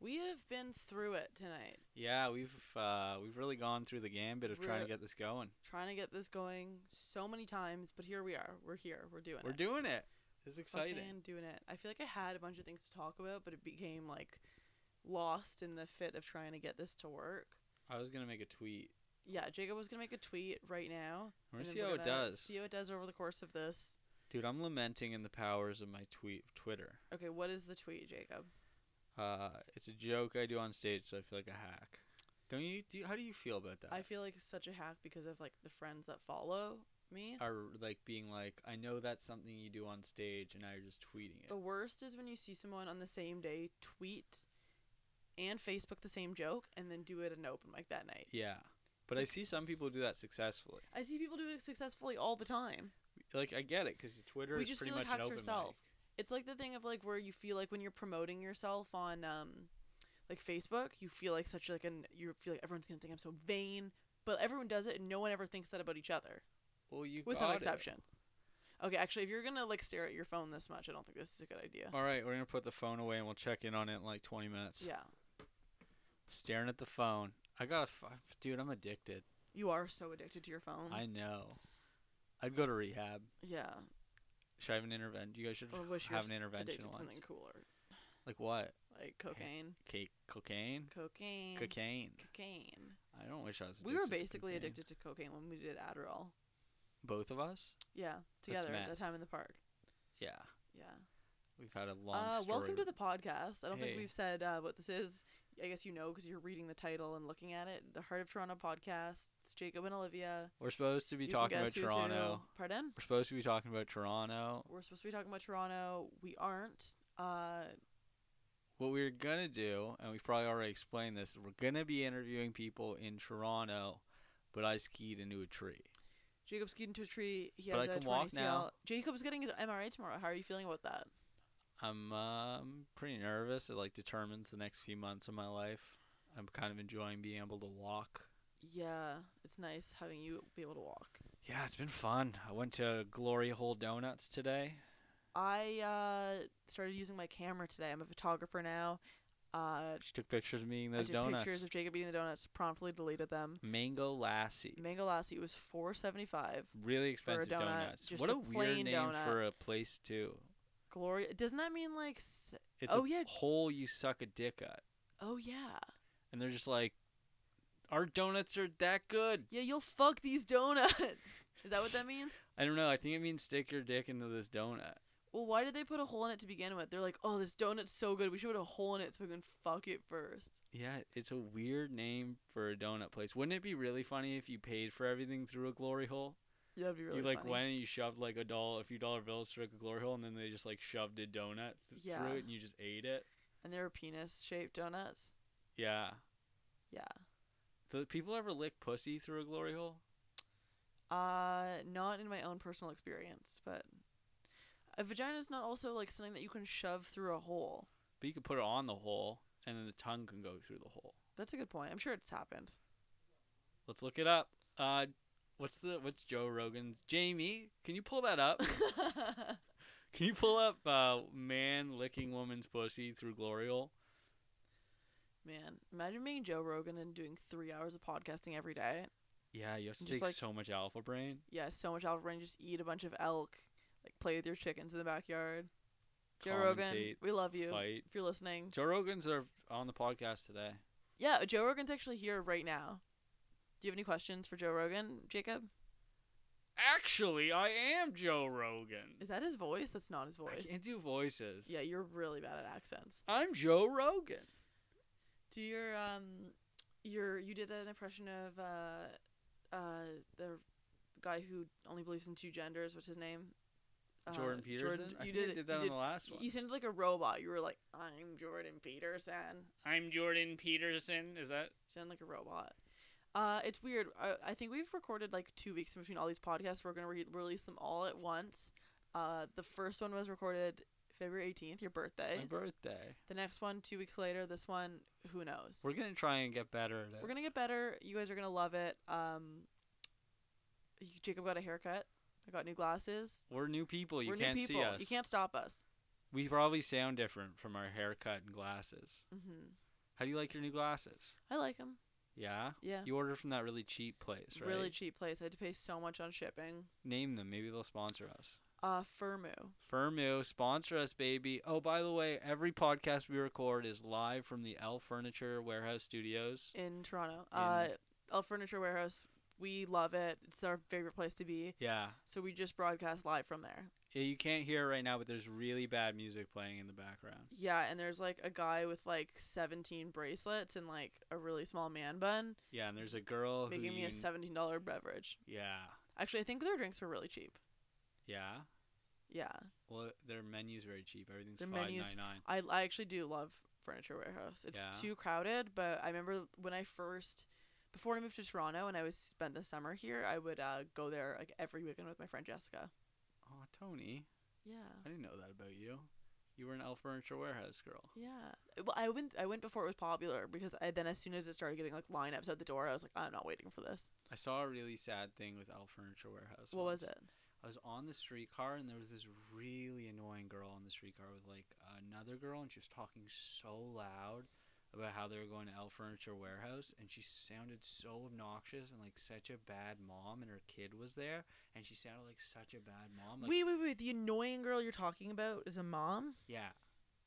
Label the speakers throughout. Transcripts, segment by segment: Speaker 1: We have been through it tonight,
Speaker 2: Yeah, we've uh, we've really gone through the gambit of trying to
Speaker 1: We're-
Speaker 2: get this going.
Speaker 1: trying to get this going so many times, but here we are. We're here. We're doing
Speaker 2: We're
Speaker 1: it.
Speaker 2: doing it. It's
Speaker 1: Fucking
Speaker 2: exciting.
Speaker 1: doing it. I feel like I had a bunch of things to talk about, but it became like lost in the fit of trying to get this to work.
Speaker 2: I was gonna make a tweet.
Speaker 1: Yeah, Jacob was gonna make a tweet right now.
Speaker 2: We're gonna
Speaker 1: and then
Speaker 2: see how it
Speaker 1: gonna
Speaker 2: does.
Speaker 1: See how it does over the course of this.
Speaker 2: Dude, I'm lamenting in the powers of my tweet Twitter.
Speaker 1: Okay, what is the tweet, Jacob?
Speaker 2: Uh, it's a joke I do on stage, so I feel like a hack. Don't you? Do you, how do you feel about that?
Speaker 1: I feel like such a hack because of like the friends that follow me.
Speaker 2: Are like being like, I know that's something you do on stage, and now you're just tweeting it.
Speaker 1: The worst is when you see someone on the same day tweet and Facebook the same joke and then do it at an open mic that night.
Speaker 2: yeah, but I see some people do that successfully.
Speaker 1: I see people do it successfully all the time.
Speaker 2: Like I get it because Twitter
Speaker 1: We
Speaker 2: is
Speaker 1: just
Speaker 2: pretty
Speaker 1: feel like
Speaker 2: much an
Speaker 1: hacks
Speaker 2: open
Speaker 1: yourself.
Speaker 2: mic.
Speaker 1: It's like the thing of like where you feel like when you're promoting yourself on um like Facebook, you feel like such like an you feel like everyone's gonna think I'm so vain, but everyone does it and no one ever thinks that about each other,
Speaker 2: Well, you
Speaker 1: with
Speaker 2: got
Speaker 1: some
Speaker 2: it.
Speaker 1: exceptions. Okay, actually, if you're gonna like stare at your phone this much, I don't think this is a good idea.
Speaker 2: All right, we're gonna put the phone away and we'll check in on it in like 20 minutes.
Speaker 1: Yeah,
Speaker 2: Staring at the phone. I gotta, f- dude. I'm addicted.
Speaker 1: you are so addicted to your phone.
Speaker 2: I know. I'd go to rehab.
Speaker 1: yeah,
Speaker 2: Should I have an intervention? You guys should
Speaker 1: I wish you
Speaker 2: have
Speaker 1: were
Speaker 2: an
Speaker 1: addicted
Speaker 2: intervention
Speaker 1: to something
Speaker 2: once.
Speaker 1: cooler,
Speaker 2: Like what?
Speaker 1: like cocaine,
Speaker 2: Cake, cocaine,
Speaker 1: cocaine,
Speaker 2: cocaine.
Speaker 1: cocaine.
Speaker 2: I don't wish I was.
Speaker 1: We were
Speaker 2: addicted to
Speaker 1: basically
Speaker 2: cocaine.
Speaker 1: addicted to cocaine when we did Adderall.
Speaker 2: Both of us.
Speaker 1: Yeah, together at
Speaker 2: mad.
Speaker 1: the time in the park.
Speaker 2: Yeah,
Speaker 1: Yeah.
Speaker 2: we've had a long.
Speaker 1: Uh,
Speaker 2: story.
Speaker 1: welcome to the podcast. I don't
Speaker 2: Hey.
Speaker 1: think we've said uh, what this is. I guess you know because you're reading the title and looking at it. The Heart of Toronto podcast. It's Jacob and Olivia.
Speaker 2: We're supposed to be
Speaker 1: You can
Speaker 2: talking about
Speaker 1: guess who's who.
Speaker 2: Toronto.
Speaker 1: Pardon?
Speaker 2: We're supposed to be talking about Toronto.
Speaker 1: We're supposed to be talking about Toronto. We aren't. Uh,
Speaker 2: What we're gonna do, and we've probably already explained this, we're gonna be interviewing people in Toronto, but I skied into a tree.
Speaker 1: Jacob skied into a tree. He
Speaker 2: But
Speaker 1: has
Speaker 2: I
Speaker 1: a
Speaker 2: can
Speaker 1: torn
Speaker 2: walk
Speaker 1: ACL.
Speaker 2: now.
Speaker 1: Jacob's getting his MRI tomorrow. How are you feeling about that?
Speaker 2: I'm um, pretty nervous. It like determines the next few months of my life. I'm kind of enjoying being able to walk.
Speaker 1: Yeah, it's nice having you be able to walk.
Speaker 2: Yeah, it's been fun. I went to Glory Hole Donuts today.
Speaker 1: I uh, started using my camera today. I'm a photographer now. Uh,
Speaker 2: She took pictures of me eating
Speaker 1: I
Speaker 2: those
Speaker 1: did
Speaker 2: donuts.
Speaker 1: pictures of Jacob eating the donuts. Promptly deleted them.
Speaker 2: Mango Lassie.
Speaker 1: Mango lassi was four seventy five.
Speaker 2: Really
Speaker 1: For a
Speaker 2: expensive
Speaker 1: donut,
Speaker 2: donuts.
Speaker 1: just
Speaker 2: What a,
Speaker 1: a
Speaker 2: weird
Speaker 1: plain
Speaker 2: name
Speaker 1: donut.
Speaker 2: for a place too.
Speaker 1: Glory. Doesn't that mean like? s-
Speaker 2: It's
Speaker 1: Oh,
Speaker 2: a
Speaker 1: yeah.
Speaker 2: hole you suck a dick at.
Speaker 1: Oh yeah,
Speaker 2: and they're just like, our donuts are that good.
Speaker 1: yeah. You'll fuck these donuts. Is that what that means?
Speaker 2: I don't know. I think it means stick your dick into this donut.
Speaker 1: Well, why did they put a hole in it to begin with? They're like, oh, this donut's so good. We should put a hole in it so we can fuck it first.
Speaker 2: Yeah, it's a weird name for a donut place. Wouldn't it be really funny if you paid for everything through a glory hole?
Speaker 1: Yeah, that'd be really
Speaker 2: you like
Speaker 1: funny.
Speaker 2: went and you shoved like a doll, a few dollar bills through a glory hole, and then they just like shoved a donut th-
Speaker 1: Yeah.
Speaker 2: through it, and you just ate it.
Speaker 1: And they were penis shaped donuts.
Speaker 2: Yeah.
Speaker 1: Yeah.
Speaker 2: Do people ever lick pussy through a glory hole?
Speaker 1: Uh, not in my own personal experience, but a vagina is not also like something that you can shove through a hole.
Speaker 2: But you could put it on the hole, and then the tongue can go through the hole.
Speaker 1: That's a good point. I'm sure it's happened.
Speaker 2: Let's look it up. Uh, what's the what's Joe Rogan's? Jamie, can you pull that up? can you pull up uh, man licking woman's pussy through gloriole?
Speaker 1: Man, imagine being Joe Rogan and doing three hours of podcasting every day.
Speaker 2: Yeah, you have to
Speaker 1: Just
Speaker 2: take
Speaker 1: like-
Speaker 2: so much alpha brain.
Speaker 1: Yeah, so much alpha brain. Just eat a bunch of elk. Like play with your chickens in the backyard. Joe Rogan,
Speaker 2: Commentate,
Speaker 1: we love you.
Speaker 2: fight.
Speaker 1: If you're listening,
Speaker 2: Joe Rogan's are on the podcast today.
Speaker 1: yeah, Joe Rogan's actually here right now. Do you have any questions for Joe Rogan, Jacob?
Speaker 2: Actually, I am Joe Rogan.
Speaker 1: Is that his voice? That's not his
Speaker 2: I
Speaker 1: voice.
Speaker 2: can't do voices.
Speaker 1: Yeah, you're really bad at accents.
Speaker 2: I'm Joe Rogan.
Speaker 1: Do your um, your you did an impression of uh, uh, the guy who only believes in two genders. What's his name? Uh,
Speaker 2: Jordan Peterson. I
Speaker 1: you
Speaker 2: think I
Speaker 1: did, it-
Speaker 2: did that
Speaker 1: you
Speaker 2: on the last one.
Speaker 1: You sounded like a robot. You were like, I'm Jordan Peterson.
Speaker 2: I'm Jordan Peterson. Is that?
Speaker 1: You sound like a robot. Uh, it's weird. I, I think we've recorded like two weeks in between all these podcasts. We're going to re- release them all at once. Uh, the first one was recorded February 18th, your birthday.
Speaker 2: My birthday.
Speaker 1: the next one, two weeks later. This one, who knows?
Speaker 2: We're gonna try and get better at it.
Speaker 1: We're going to get better. You guys are going to love it. Um, you- Jacob got a haircut. I got new glasses.
Speaker 2: We're new people. You
Speaker 1: We're
Speaker 2: can't
Speaker 1: new people.
Speaker 2: see us.
Speaker 1: You can't stop us.
Speaker 2: We probably sound different from our haircut and glasses.
Speaker 1: hmm
Speaker 2: How do you like your new glasses?
Speaker 1: I like them.
Speaker 2: Yeah.
Speaker 1: Yeah.
Speaker 2: You ordered from that really cheap place, right?
Speaker 1: Really cheap place. I had to pay so much on shipping.
Speaker 2: Name them. Maybe they'll sponsor us.
Speaker 1: Uh, Firmu.
Speaker 2: Firmu, sponsor us, baby. Oh, by the way, every podcast we record is live from the L Furniture Warehouse Studios.
Speaker 1: in Toronto.
Speaker 2: In-
Speaker 1: Uh, El Furniture Warehouse. We love it. It's our favorite place to be.
Speaker 2: Yeah.
Speaker 1: So we just broadcast live from there.
Speaker 2: Yeah, You can't hear it right now, but there's really bad music playing in the background.
Speaker 1: Yeah, and there's like a guy with like 17 bracelets and like a really small man bun
Speaker 2: Yeah, and there's a girl
Speaker 1: making
Speaker 2: who
Speaker 1: me
Speaker 2: you
Speaker 1: a $17 beverage.
Speaker 2: Yeah.
Speaker 1: Actually, I think their drinks are really cheap.
Speaker 2: Yeah.
Speaker 1: Yeah.
Speaker 2: Well, their menu's very cheap. Everything's
Speaker 1: Their
Speaker 2: five
Speaker 1: menu's-
Speaker 2: ninety nine.
Speaker 1: I, I actually do love Furniture Warehouse. It's
Speaker 2: Yeah.
Speaker 1: too crowded, but I remember when I first, before I moved to Toronto and I was spent the summer here, I would uh, go there like every weekend with my friend Jessica.
Speaker 2: Oh, Tony,
Speaker 1: Yeah.
Speaker 2: I didn't know that about you. You were an L Furniture Warehouse girl.
Speaker 1: Yeah. Well, I went. I went before it was popular because I then as soon as it started getting like lineups at the door, I was like, I'm not waiting for this.
Speaker 2: I saw a really sad thing with L Furniture Warehouse.
Speaker 1: what was
Speaker 2: once.
Speaker 1: it?
Speaker 2: I was on the streetcar and there was this really annoying girl on the streetcar with like another girl and she was talking so loud about how they were going to L Furniture Warehouse and she sounded so obnoxious and like such a bad mom and her kid was there and she sounded like such a bad mom. Like,
Speaker 1: wait, wait, wait. The annoying girl you're talking about is a mom.
Speaker 2: Yeah.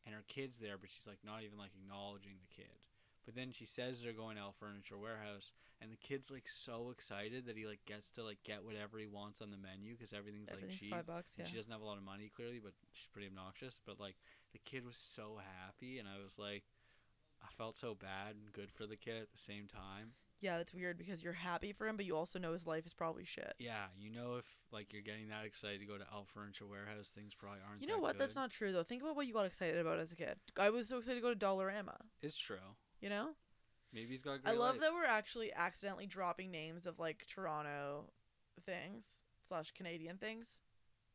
Speaker 2: And her kid's there, but she's like not even like acknowledging the kid. But then she says they're going to L Furniture Warehouse, and the kid's like so excited that he like gets to like get whatever he wants on the menu because everything's, like cheap.
Speaker 1: bucks.
Speaker 2: And she doesn't have a lot of money clearly, but she's pretty obnoxious. But like the kid was so happy, and I was like, I felt so bad and good for the kid at the same time.
Speaker 1: Yeah, that's weird because you're happy for him, but you also know his life is probably shit.
Speaker 2: Yeah, you know if like you're getting that excited to go to L Furniture Warehouse, things probably aren't.
Speaker 1: You know
Speaker 2: that
Speaker 1: what? That's
Speaker 2: good.
Speaker 1: not true though. Think about what you got excited about as a kid. I was so excited to go to Dollarama.
Speaker 2: It's true.
Speaker 1: You know,
Speaker 2: Maybe he's got. A
Speaker 1: I
Speaker 2: great
Speaker 1: love
Speaker 2: life.
Speaker 1: that we're actually accidentally dropping names of like Toronto things slash Canadian things.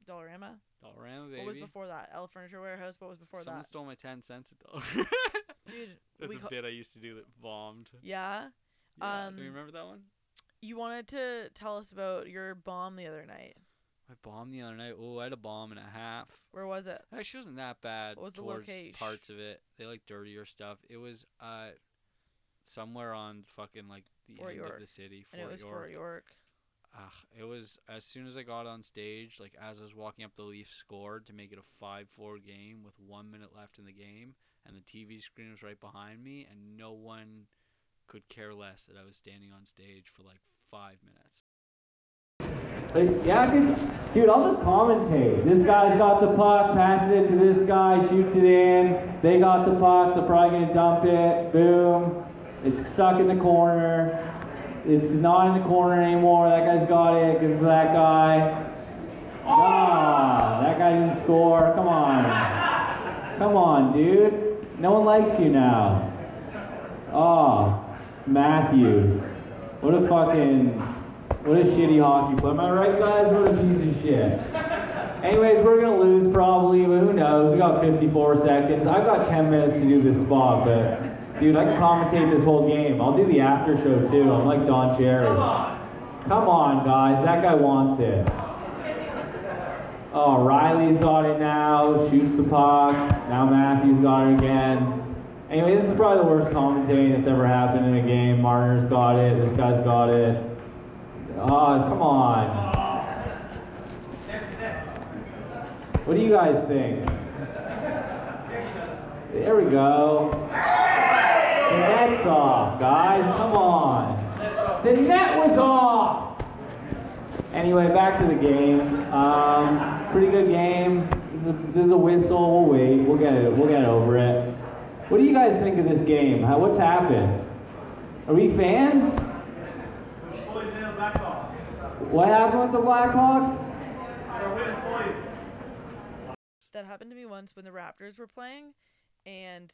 Speaker 1: Dollarama.
Speaker 2: Dollarama baby.
Speaker 1: What was before that? L Furniture Warehouse. What was before
Speaker 2: Someone
Speaker 1: that?
Speaker 2: stole my ten cents. At
Speaker 1: Dude,
Speaker 2: That's
Speaker 1: we
Speaker 2: a
Speaker 1: ca-
Speaker 2: bit I used to do that bombed.
Speaker 1: yeah.
Speaker 2: Yeah,
Speaker 1: Um,
Speaker 2: do you remember that one?
Speaker 1: You wanted to tell us about your bomb the other night.
Speaker 2: I bombed the other night. Oh, I had a bomb and a half.
Speaker 1: Where was it?
Speaker 2: Actually, it wasn't that bad.
Speaker 1: What was the
Speaker 2: towards
Speaker 1: location?
Speaker 2: Parts of it, they like dirtier stuff. It was uh, somewhere on fucking like the
Speaker 1: Fort
Speaker 2: end
Speaker 1: York.
Speaker 2: of the city.
Speaker 1: And it was Fort York.
Speaker 2: Ugh, it was as soon as I got on stage, like as I was walking up, the Leafs scored to make it a 5-4 game with one minute left in the game, and the TV screen was right behind me, and no one could care less that I was standing on stage for like five minutes.
Speaker 3: Like, yeah, dude, dude, I'll just commentate. This guy's got the puck, passes it to this guy, shoots it in. They got the puck, they're probably gonna dump it. Boom. It's stuck in the corner. It's not in the corner anymore. That guy's got it. Gives it to that guy. Ah, that guy didn't score. Come on. Come on, dude. No one likes you now. Oh, Matthews. What a fucking, what a shitty hockey player. Am I right, guys? What a piece of shit. Anyways, we're gonna lose probably, but who knows? We got 54 seconds. I've got 10 minutes to do this spot, but dude, I can commentate this whole game. I'll do the after show too. I'm like Don Cherry. Come on. Come on, guys. That guy wants it. Oh, Riley's got it now. Shoots the puck. Now Matthews got it again. Anyway, this is probably the worst commentating that's ever happened in a game. Marner's got it. This guy's got it. Oh, come on. What do you guys think? There we go. The net's off, guys. Come on. The net was off. Anyway, back to the game. Um, pretty good game. This is, a, this is a whistle. We'll wait. We'll get it. We'll get over it. What do you guys think of this game? How, what's happened? Are we fans? What happened with the Blackhawks?
Speaker 1: That happened to me once when the Raptors were playing, and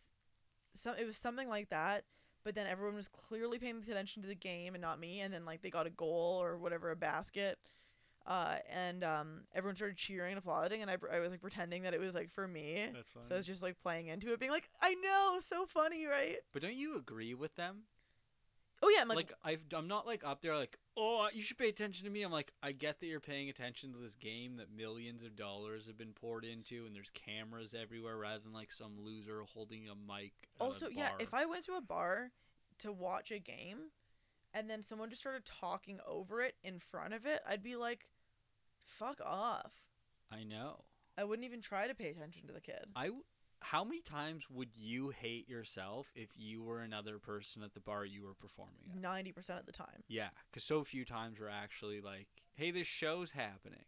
Speaker 1: some it was something like that. But then everyone was clearly paying attention to the game and not me. And then like they got a goal or whatever, a basket, uh, and um, everyone started cheering and applauding. And I, I was like pretending that it was like for me.
Speaker 2: That's funny.
Speaker 1: So I was just like playing into it, being like, I know, so funny, right?
Speaker 2: but don't you agree with them?
Speaker 4: Oh yeah, I'm like,
Speaker 2: like I, I'm not like up there like oh you should pay attention to me. I'm like I get that you're paying attention to this game that millions of dollars have been poured into and there's cameras everywhere rather than like some loser holding a mic. at a
Speaker 4: also yeah,
Speaker 2: bar.
Speaker 4: if I went to a bar to watch a game and then someone just started talking over it in front of it, I'd be like, fuck off.
Speaker 2: I know.
Speaker 4: I wouldn't even try to pay attention to the kid.
Speaker 2: I w- how many times would you hate yourself if you were another person at the bar you were performing at?
Speaker 4: Ninety percent of the time.
Speaker 2: Yeah, because so few times we're actually like, hey, this show's happening.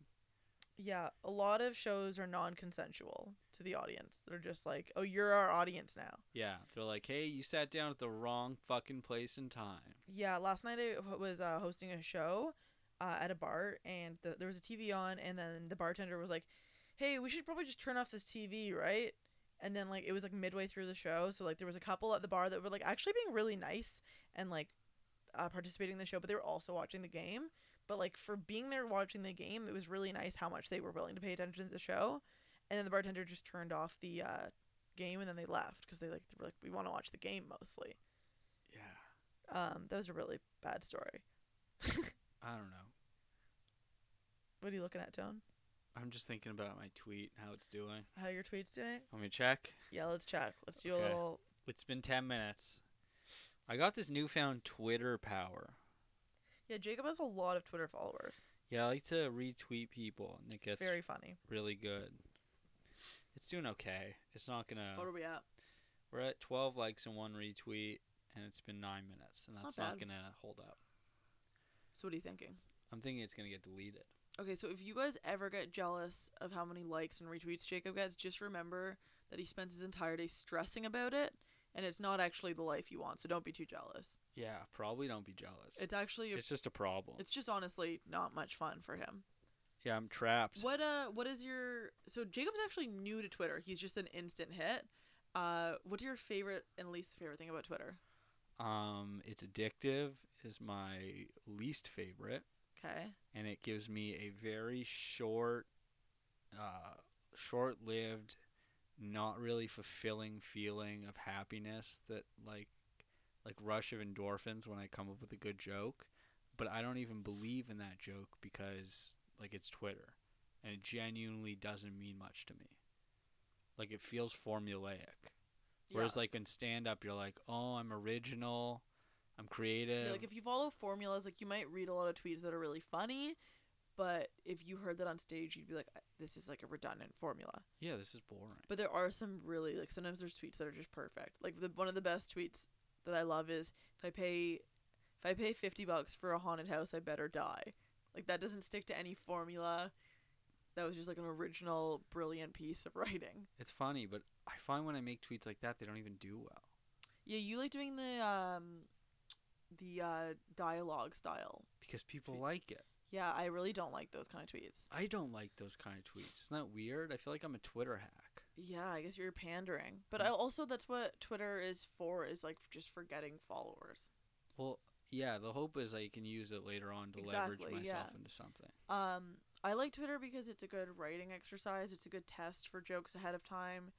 Speaker 4: Yeah, a lot of shows are non-consensual to the audience. They're just like, "Oh, you're our audience now."
Speaker 2: Yeah, they're like, hey, you sat down at the wrong fucking place and time.
Speaker 4: Yeah, last night I h- was uh, hosting a show uh, at a bar, and the, there was a TV on, and then the bartender was like, "Hey, we should probably just turn off this TV, right?" And then like it was like midway through the show, so like there was a couple at the bar that were like actually being really nice and like uh, participating in the show, but they were also watching the game. But like for being there watching the game, it was really nice how much they were willing to pay attention to the show. And then the bartender just turned off the uh, game, and then they left because they like were like we want to watch the game mostly.
Speaker 2: Yeah,
Speaker 4: Um, that was a really bad story.
Speaker 2: I don't know.
Speaker 4: What are you looking at, Tone?
Speaker 2: I'm just thinking about my tweet, how it's doing.
Speaker 4: How your tweets doing?
Speaker 2: Let me check.
Speaker 4: Yeah, let's check. Let's do a
Speaker 2: Okay.
Speaker 4: little.
Speaker 2: It's been 10 minutes. I got this newfound Twitter power.
Speaker 4: Yeah, Jacob has a lot of Twitter followers.
Speaker 2: Yeah, I like to retweet people, and it
Speaker 4: It's
Speaker 2: gets
Speaker 4: very funny.
Speaker 2: really good. It's doing okay. It's not gonna.
Speaker 4: we at?
Speaker 2: We're at 12 likes and one retweet, and it's been nine minutes, and
Speaker 1: It's not
Speaker 2: that's not
Speaker 1: bad.
Speaker 2: gonna hold up.
Speaker 1: So what are you thinking?
Speaker 2: I'm thinking it's gonna get deleted.
Speaker 1: Okay, so if you guys ever get jealous of how many likes and retweets Jacob gets, just remember that he spends his entire day stressing about it, and it's not actually the life you want. So don't be too jealous.
Speaker 2: Yeah, probably don't be jealous. It's,
Speaker 1: It's actually a,
Speaker 2: just a problem.
Speaker 1: it's just honestly not much fun for him.
Speaker 2: yeah, I'm trapped.
Speaker 1: What uh what is your so Jacob's actually new to Twitter. He's just an instant hit. Uh what's your favorite and least favorite thing about Twitter?
Speaker 2: Um, it's addictive. Is my least favorite.
Speaker 1: Okay.
Speaker 2: and it gives me a very short, uh, short-lived, not really fulfilling feeling of happiness that like, like rush of endorphins when I come up with a good joke, but I don't even believe in that joke because like it's Twitter, and it genuinely doesn't mean much to me. Like it feels formulaic. Whereas
Speaker 1: yeah.
Speaker 2: like in stand-up, you're like, oh, I'm original, I'm creative.
Speaker 1: Yeah, like if you follow formulas, like you might read a lot of tweets that are really funny, but if you heard that on stage, you'd be like, "This is like a redundant formula."
Speaker 2: yeah, this is boring.
Speaker 1: But there are some really like sometimes there's tweets that are just perfect. Like the one of the best tweets that I love is if I pay if I pay fifty bucks for a haunted house, I better die. Like that doesn't stick to any formula. That was just like an original, brilliant piece of writing.
Speaker 2: It's funny, but I find when I make tweets like that, they don't even do well.
Speaker 1: Yeah, you like doing the um the uh dialogue style.
Speaker 2: because people
Speaker 1: Tweets.
Speaker 2: like it.
Speaker 1: Yeah, I really don't like those kind of tweets.
Speaker 2: I don't like those kind of tweets. Isn't that weird? I feel like I'm a Twitter hack.
Speaker 1: Yeah, I guess you're pandering. But
Speaker 2: Mm.
Speaker 1: I also that's what Twitter is for is like just for getting followers.
Speaker 2: Well, yeah, the hope is I can use it later on to leverage
Speaker 1: Exactly,
Speaker 2: myself
Speaker 1: yeah.
Speaker 2: into something.
Speaker 1: Um I like Twitter because it's a good writing exercise. It's a good test for jokes ahead of time.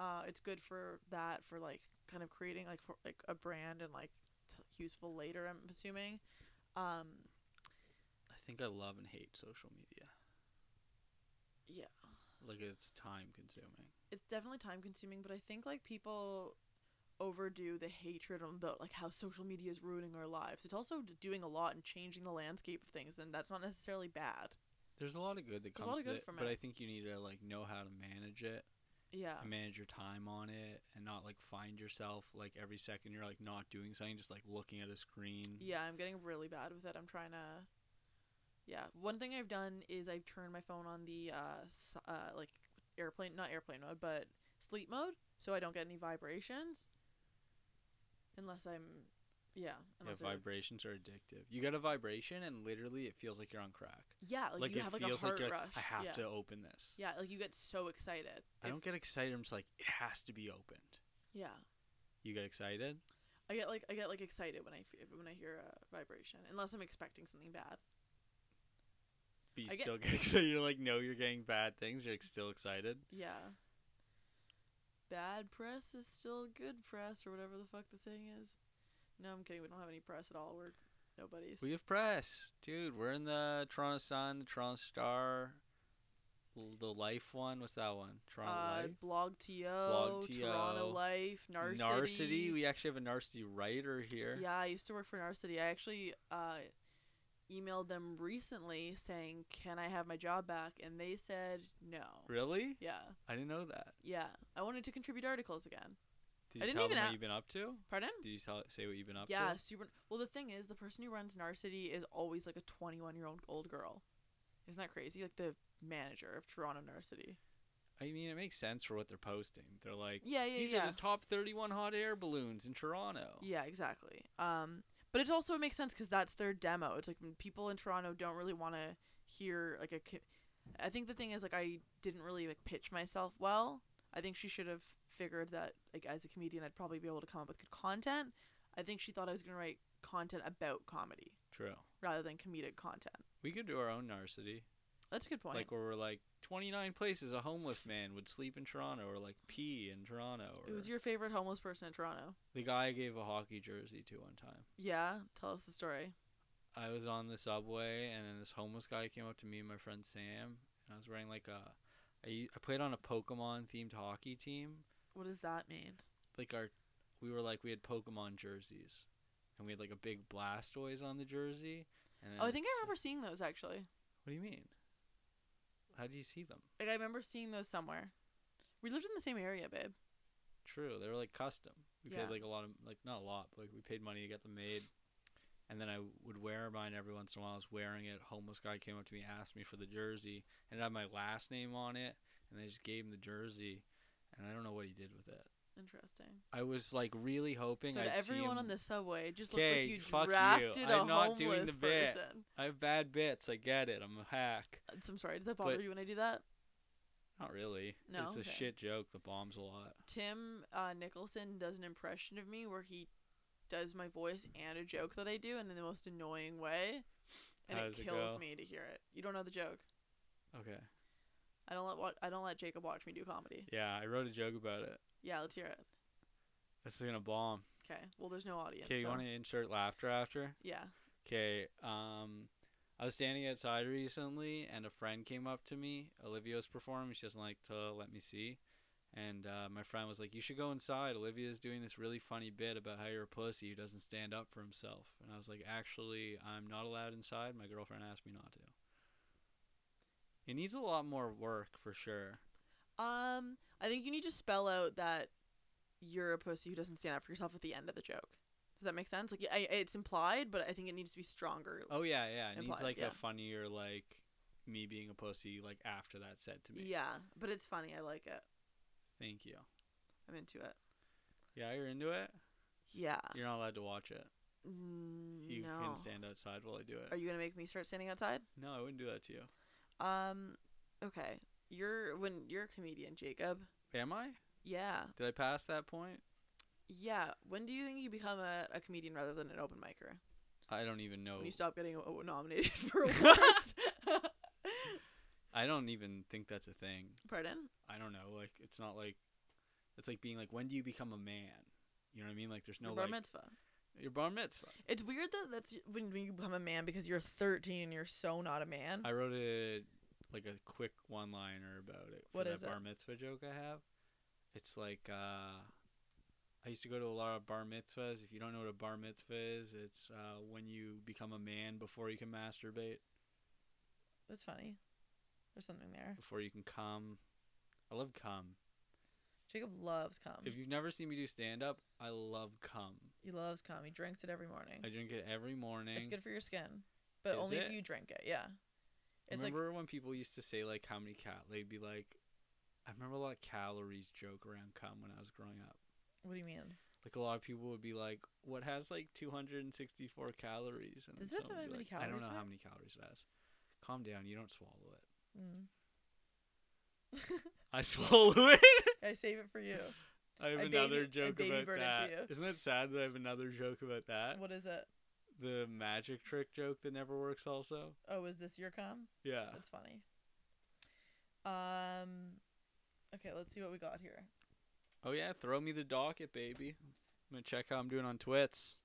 Speaker 1: Uh it's good for that for like kind of creating like for, like a brand and like t- useful later I'm assuming. Um
Speaker 2: I think I love and hate social media.
Speaker 1: Yeah.
Speaker 2: Like it's time consuming.
Speaker 1: it's definitely time consuming, but I think like people overdo the hatred about like how social media is ruining our lives. It's also d- doing a lot and changing the landscape of things, and that's not necessarily bad.
Speaker 2: There's a lot of good that
Speaker 1: There's a
Speaker 2: comes
Speaker 1: lot of
Speaker 2: with
Speaker 1: good
Speaker 2: it,
Speaker 1: from
Speaker 2: but
Speaker 1: it.
Speaker 2: I think you need to like know how to manage it,
Speaker 1: Yeah.
Speaker 2: and manage your time on it, and not like find yourself like every second you're like not doing something, just like looking at a screen.
Speaker 1: Yeah, I'm getting really bad with it. I'm trying to. Yeah, one thing I've done is I've turned my phone on the uh, s- uh like airplane, not airplane mode, but sleep mode, so I don't get any vibrations. Unless I'm, yeah,
Speaker 2: Yeah,
Speaker 1: unless I-
Speaker 2: vibrations are addictive. You get a vibration, and literally, it feels like you're on crack.
Speaker 1: yeah, like, Oh, you
Speaker 2: it
Speaker 1: have like
Speaker 2: feels
Speaker 1: a heart
Speaker 2: like you're like,
Speaker 1: rush.
Speaker 2: I have
Speaker 1: yeah.
Speaker 2: to open this.
Speaker 1: Yeah, like you get so excited.
Speaker 2: I
Speaker 1: If-
Speaker 2: don't get excited. I'm just like, it has to be opened.
Speaker 1: Yeah,
Speaker 2: You get excited?
Speaker 1: I get like I get like excited when I f- when I hear a vibration, unless I'm expecting something bad.
Speaker 2: But you
Speaker 1: I get-
Speaker 2: still get excited. You're like, no, you're getting bad things. You're like, still excited.
Speaker 1: Yeah. Bad press is still good press, or whatever the fuck the saying is. No, I'm kidding. We don't have any press at all. We're nobody's.
Speaker 2: We have press, dude. We're in the Toronto Sun, the Toronto Star, l- the Life one. What's that one? Toronto
Speaker 1: uh,
Speaker 2: Life.
Speaker 1: Blog TO,
Speaker 2: TO,
Speaker 1: Toronto Life, Narcity.
Speaker 2: Narcity. We actually have a Narcity writer here.
Speaker 1: Yeah, I used to work for Narcity. I actually uh, emailed them recently saying, "Can I have my job back?" And they said no.
Speaker 2: Really?
Speaker 1: Yeah,
Speaker 2: I didn't know that.
Speaker 1: yeah. I wanted to contribute articles again.
Speaker 2: Did
Speaker 1: I
Speaker 2: you
Speaker 1: didn't
Speaker 2: tell
Speaker 1: even
Speaker 2: them
Speaker 1: a-
Speaker 2: what you've been up to?
Speaker 1: Pardon?
Speaker 2: Did you tell, say what you've been up
Speaker 1: Yeah,
Speaker 2: to?
Speaker 1: super. Well, the thing is, the person who runs Narcity is always like a 21 year old old girl. Isn't that crazy? Like the manager of Toronto Narcity.
Speaker 2: I mean, it makes sense for what they're posting. They're like,
Speaker 1: Yeah, yeah,
Speaker 2: these
Speaker 1: yeah.
Speaker 2: are the top 31 hot air balloons in Toronto.
Speaker 1: Yeah, exactly. Um, but it also makes sense because that's their demo. It's like when people in Toronto don't really want to hear like a. co- I think the thing is like I didn't really like pitch myself well. I think she should have figured that like as a comedian I'd probably be able to come up with good content. I think she thought I was gonna write content about comedy
Speaker 2: True.
Speaker 1: rather than comedic content.
Speaker 2: We could do our own Narcity.
Speaker 1: That's a good point.
Speaker 2: Like, where we're like, 29 places a homeless man would sleep in Toronto, or like pee in Toronto. Or
Speaker 1: Who's your favorite homeless person in Toronto?
Speaker 2: the guy I gave a hockey jersey to one time.
Speaker 1: Yeah, tell us the story.
Speaker 2: I was on the subway, and then this homeless guy came up to me and my friend Sam, and I was wearing like a. I, u- I played on a Pokemon themed hockey team.
Speaker 1: What does that mean?
Speaker 2: Like, our. We were like, we had Pokemon jerseys, and we had like a big Blastoise on the jersey. And
Speaker 1: Oh, I
Speaker 2: then
Speaker 1: think I
Speaker 2: Sa-
Speaker 1: remember seeing those actually.
Speaker 2: What do you mean? How do you see them?
Speaker 1: Like I remember seeing those somewhere. We lived in the same area, babe.
Speaker 2: True, they were like custom. We
Speaker 1: Yeah.
Speaker 2: paid like a lot of like not a lot, but like we paid money to get them made. And then I would wear mine every once in a while. I was wearing it. Homeless guy came up to me, asked me for the jersey, and it had my last name on it. And I just gave him the jersey, and I don't know what he did with it.
Speaker 1: Interesting.
Speaker 2: I was like really hoping.
Speaker 1: So
Speaker 2: I'd
Speaker 1: to everyone
Speaker 2: see him.
Speaker 1: on the subway, it just looked like
Speaker 2: 'Kay,
Speaker 1: you
Speaker 2: fuck you.
Speaker 1: drafted a
Speaker 2: I'm not
Speaker 1: homeless
Speaker 2: doing the bit.
Speaker 1: person.
Speaker 2: I have bad bits. I get it. I'm a hack.
Speaker 1: Uh, so I'm sorry. Does that bother
Speaker 2: But-
Speaker 1: you when I do that?
Speaker 2: Not really.
Speaker 1: No,
Speaker 2: it's a
Speaker 1: okay.
Speaker 2: shit joke that bombs a lot.
Speaker 1: Tim uh, Nicholson does an impression of me where he does my voice and a joke that I do, and in the most annoying way, and
Speaker 2: How
Speaker 1: it
Speaker 2: does it
Speaker 1: kills
Speaker 2: go?
Speaker 1: me to hear it. You don't know the joke.
Speaker 2: Okay.
Speaker 1: I don't let wa- I don't let Jacob watch me do comedy.
Speaker 2: Yeah, I wrote a joke about it.
Speaker 1: Yeah, let's hear it.
Speaker 2: That's gonna bomb.
Speaker 1: Okay. Well, there's no audience.
Speaker 2: Okay, you
Speaker 1: so-
Speaker 2: want to insert laughter after?
Speaker 1: Yeah.
Speaker 2: Okay. Um, I was standing outside recently, and a friend came up to me. Olivia was performing. She doesn't like to let me see. And uh, my friend was like, "You should go inside." Olivia's doing this really funny bit about how you're a pussy who doesn't stand up for himself. And I was like, "Actually, I'm not allowed inside. My girlfriend asked me not to." It needs a lot more work for sure.
Speaker 1: Um, I think you need to spell out that you're a pussy who doesn't stand up for yourself at the end of the joke. Does that make sense? Like, I, it's implied, but I think it needs to be stronger.
Speaker 2: Oh yeah, yeah. It needs
Speaker 1: Implied,
Speaker 2: like
Speaker 1: yeah.
Speaker 2: a funnier like me being a pussy like after that said to me.
Speaker 1: yeah, but it's funny. I like it.
Speaker 2: Thank you.
Speaker 1: I'm into it.
Speaker 2: Yeah, you're into it.
Speaker 1: Yeah.
Speaker 2: You're not allowed to watch it.
Speaker 1: Mm,
Speaker 2: You
Speaker 1: Uh, no.
Speaker 2: can stand outside while I do it.
Speaker 1: Are you gonna make me start standing outside?
Speaker 2: no, I wouldn't do that to you.
Speaker 1: Um, okay. You're when you're a comedian, Jacob.
Speaker 2: Am I?
Speaker 1: Yeah,
Speaker 2: Did I pass that point?
Speaker 1: yeah. When do you think you become a, a comedian rather than an open micer?
Speaker 2: I don't even know.
Speaker 1: When you stop getting
Speaker 5: uh,
Speaker 1: o- nominated for awards?
Speaker 2: I don't even think that's a thing.
Speaker 1: Pardon?
Speaker 2: I don't know. Like, it's not like. It's like being like, when do you become a man? You know what I mean? Like, there's no
Speaker 1: Your bar
Speaker 2: like
Speaker 1: mitzvah.
Speaker 2: your bar mitzvah.
Speaker 5: It's weird that that's when when you become a man because you're 13 and you're so not a man.
Speaker 2: I wrote a like a quick one liner about it. for
Speaker 5: What
Speaker 2: that
Speaker 5: is it?
Speaker 2: bar mitzvah joke I have? It's like uh, I used to go to a lot of bar mitzvahs. If you don't know what a bar mitzvah is, it's uh, when you become a man before you can masturbate,
Speaker 5: That's funny. There's something there.
Speaker 2: before you can come. I love cum.
Speaker 5: Jacob loves cum.
Speaker 2: If you've never seen me do stand up, I love cum.
Speaker 5: He loves cum. He drinks it every morning.
Speaker 2: I drink it every morning.
Speaker 5: It's good for your skin, but
Speaker 2: Is
Speaker 5: only
Speaker 2: it?
Speaker 5: if you drink it. Yeah. It's
Speaker 2: remember when people used to say like how many cal? They'd be like, I remember a lot of calories joke around cum when I was growing up.
Speaker 5: like what do you mean?
Speaker 2: like a lot of people would be like, "What has like 264 calories?" And then
Speaker 5: Does it have
Speaker 2: someone would
Speaker 5: that
Speaker 2: be
Speaker 5: many
Speaker 2: like, I don't
Speaker 5: calories
Speaker 2: know
Speaker 5: in
Speaker 2: how
Speaker 5: it?"
Speaker 2: many calories it has. Calm down, you don't swallow it.
Speaker 5: Mm.
Speaker 2: I swallow it.
Speaker 5: I save it for you.
Speaker 2: I have
Speaker 5: I baby-
Speaker 2: another
Speaker 5: I
Speaker 2: joke
Speaker 5: baby
Speaker 2: about
Speaker 5: bird it
Speaker 2: that.
Speaker 5: to you.
Speaker 2: Isn't it sad that I have another joke about that?
Speaker 5: What is it?
Speaker 2: The magic trick joke that never works. Also,
Speaker 5: Oh, is this your cum?
Speaker 2: yeah.
Speaker 5: That's funny. Um, okay, let's see what we got here.
Speaker 2: Oh yeah, throw me the docket, baby. I'm gonna check how I'm doing on Twits.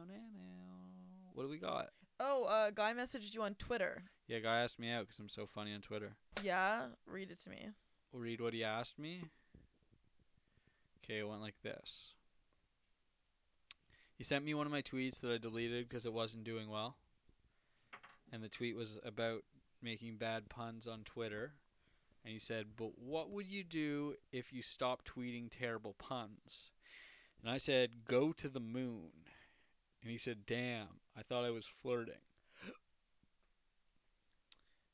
Speaker 2: Ba-na-now-now-now. What do we got?
Speaker 1: Oh, uh, guy messaged you on Twitter.
Speaker 2: Yeah, guy asked me out because I'm so funny on Twitter.
Speaker 1: Yeah, read it to me.
Speaker 2: read what he asked me. Okay, it went like this. He sent me one of my tweets that I deleted because it wasn't doing well. And the tweet was about making bad puns on Twitter. And he said, But what would you do if you stopped tweeting terrible puns? And I said, Go to the moon. And he said, Damn, I thought I was flirting.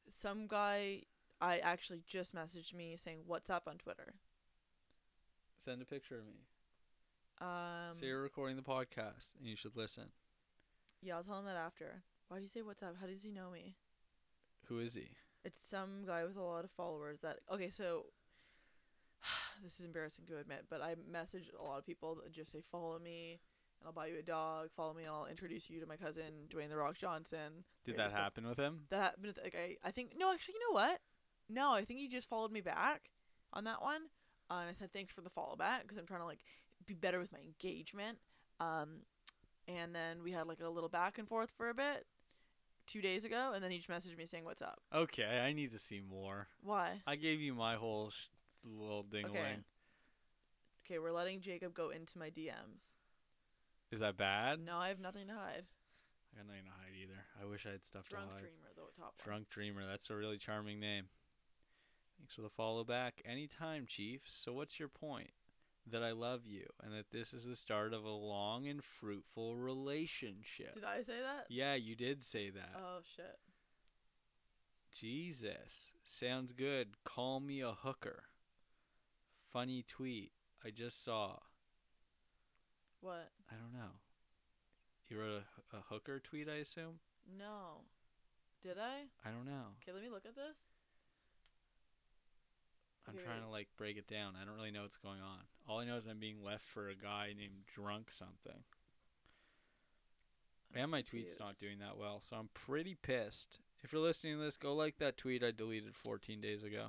Speaker 1: some guy I actually just messaged me saying what's up on Twitter.
Speaker 2: Send a picture of me.
Speaker 1: Um
Speaker 2: so you're recording the podcast and you should listen.
Speaker 1: yeah, I'll tell him that after. Why do you say what's up? How does he know me?
Speaker 2: Who is he?
Speaker 1: It's some guy with a lot of followers that Okay, so this is embarrassing to admit, but I message a lot of people that just say follow me and I'll buy you a dog, follow me and I'll introduce you to my cousin Dwayne the Rock Johnson.
Speaker 2: Did
Speaker 1: Favorite
Speaker 2: that
Speaker 1: stuff.
Speaker 2: happen with him?
Speaker 1: That happened with, like I, I think no, actually you know what? No, I think he just followed me back on that one, uh, and I said thanks for the follow back because I'm trying to like be better with my engagement. Um, and then we had like a little back and forth for a bit, two days ago, and then he just messaged me saying what's up.
Speaker 2: Okay, I need to see more.
Speaker 1: Why?
Speaker 2: I gave you my whole sh- little ding-a-ling.
Speaker 1: Okay. Okay, we're letting Jacob go into my DMs.
Speaker 2: Is that bad?
Speaker 1: No, I have nothing to hide.
Speaker 2: I got nothing to hide either. I wish I had stuff
Speaker 1: Drunk
Speaker 2: to hide.
Speaker 1: dreamer, though top one.
Speaker 2: Drunk Dreamer. That's a really charming name. Thanks for the follow back. Anytime, Chief. So what's your point? That I love you and that this is the start of a long and fruitful relationship.
Speaker 1: Did I say that?
Speaker 2: yeah, you did say that.
Speaker 1: Oh shit.
Speaker 2: Jesus. Sounds good. Call me a hooker. Funny tweet I just saw.
Speaker 1: What?
Speaker 2: I don't know. You wrote a, a hooker tweet, I assume?
Speaker 1: No. Did I?
Speaker 2: I don't know.
Speaker 1: Okay, let me look at this.
Speaker 2: I'm
Speaker 1: Okay,
Speaker 2: trying
Speaker 1: wait.
Speaker 2: to like break it down. I don't really know what's going on. All I know is I'm being left for a guy named Drunk something.
Speaker 1: I'm
Speaker 2: and my tweet's not doing
Speaker 1: confused.
Speaker 2: that well, so I'm pretty pissed. If you're listening to this, go like that tweet I deleted 14 days ago.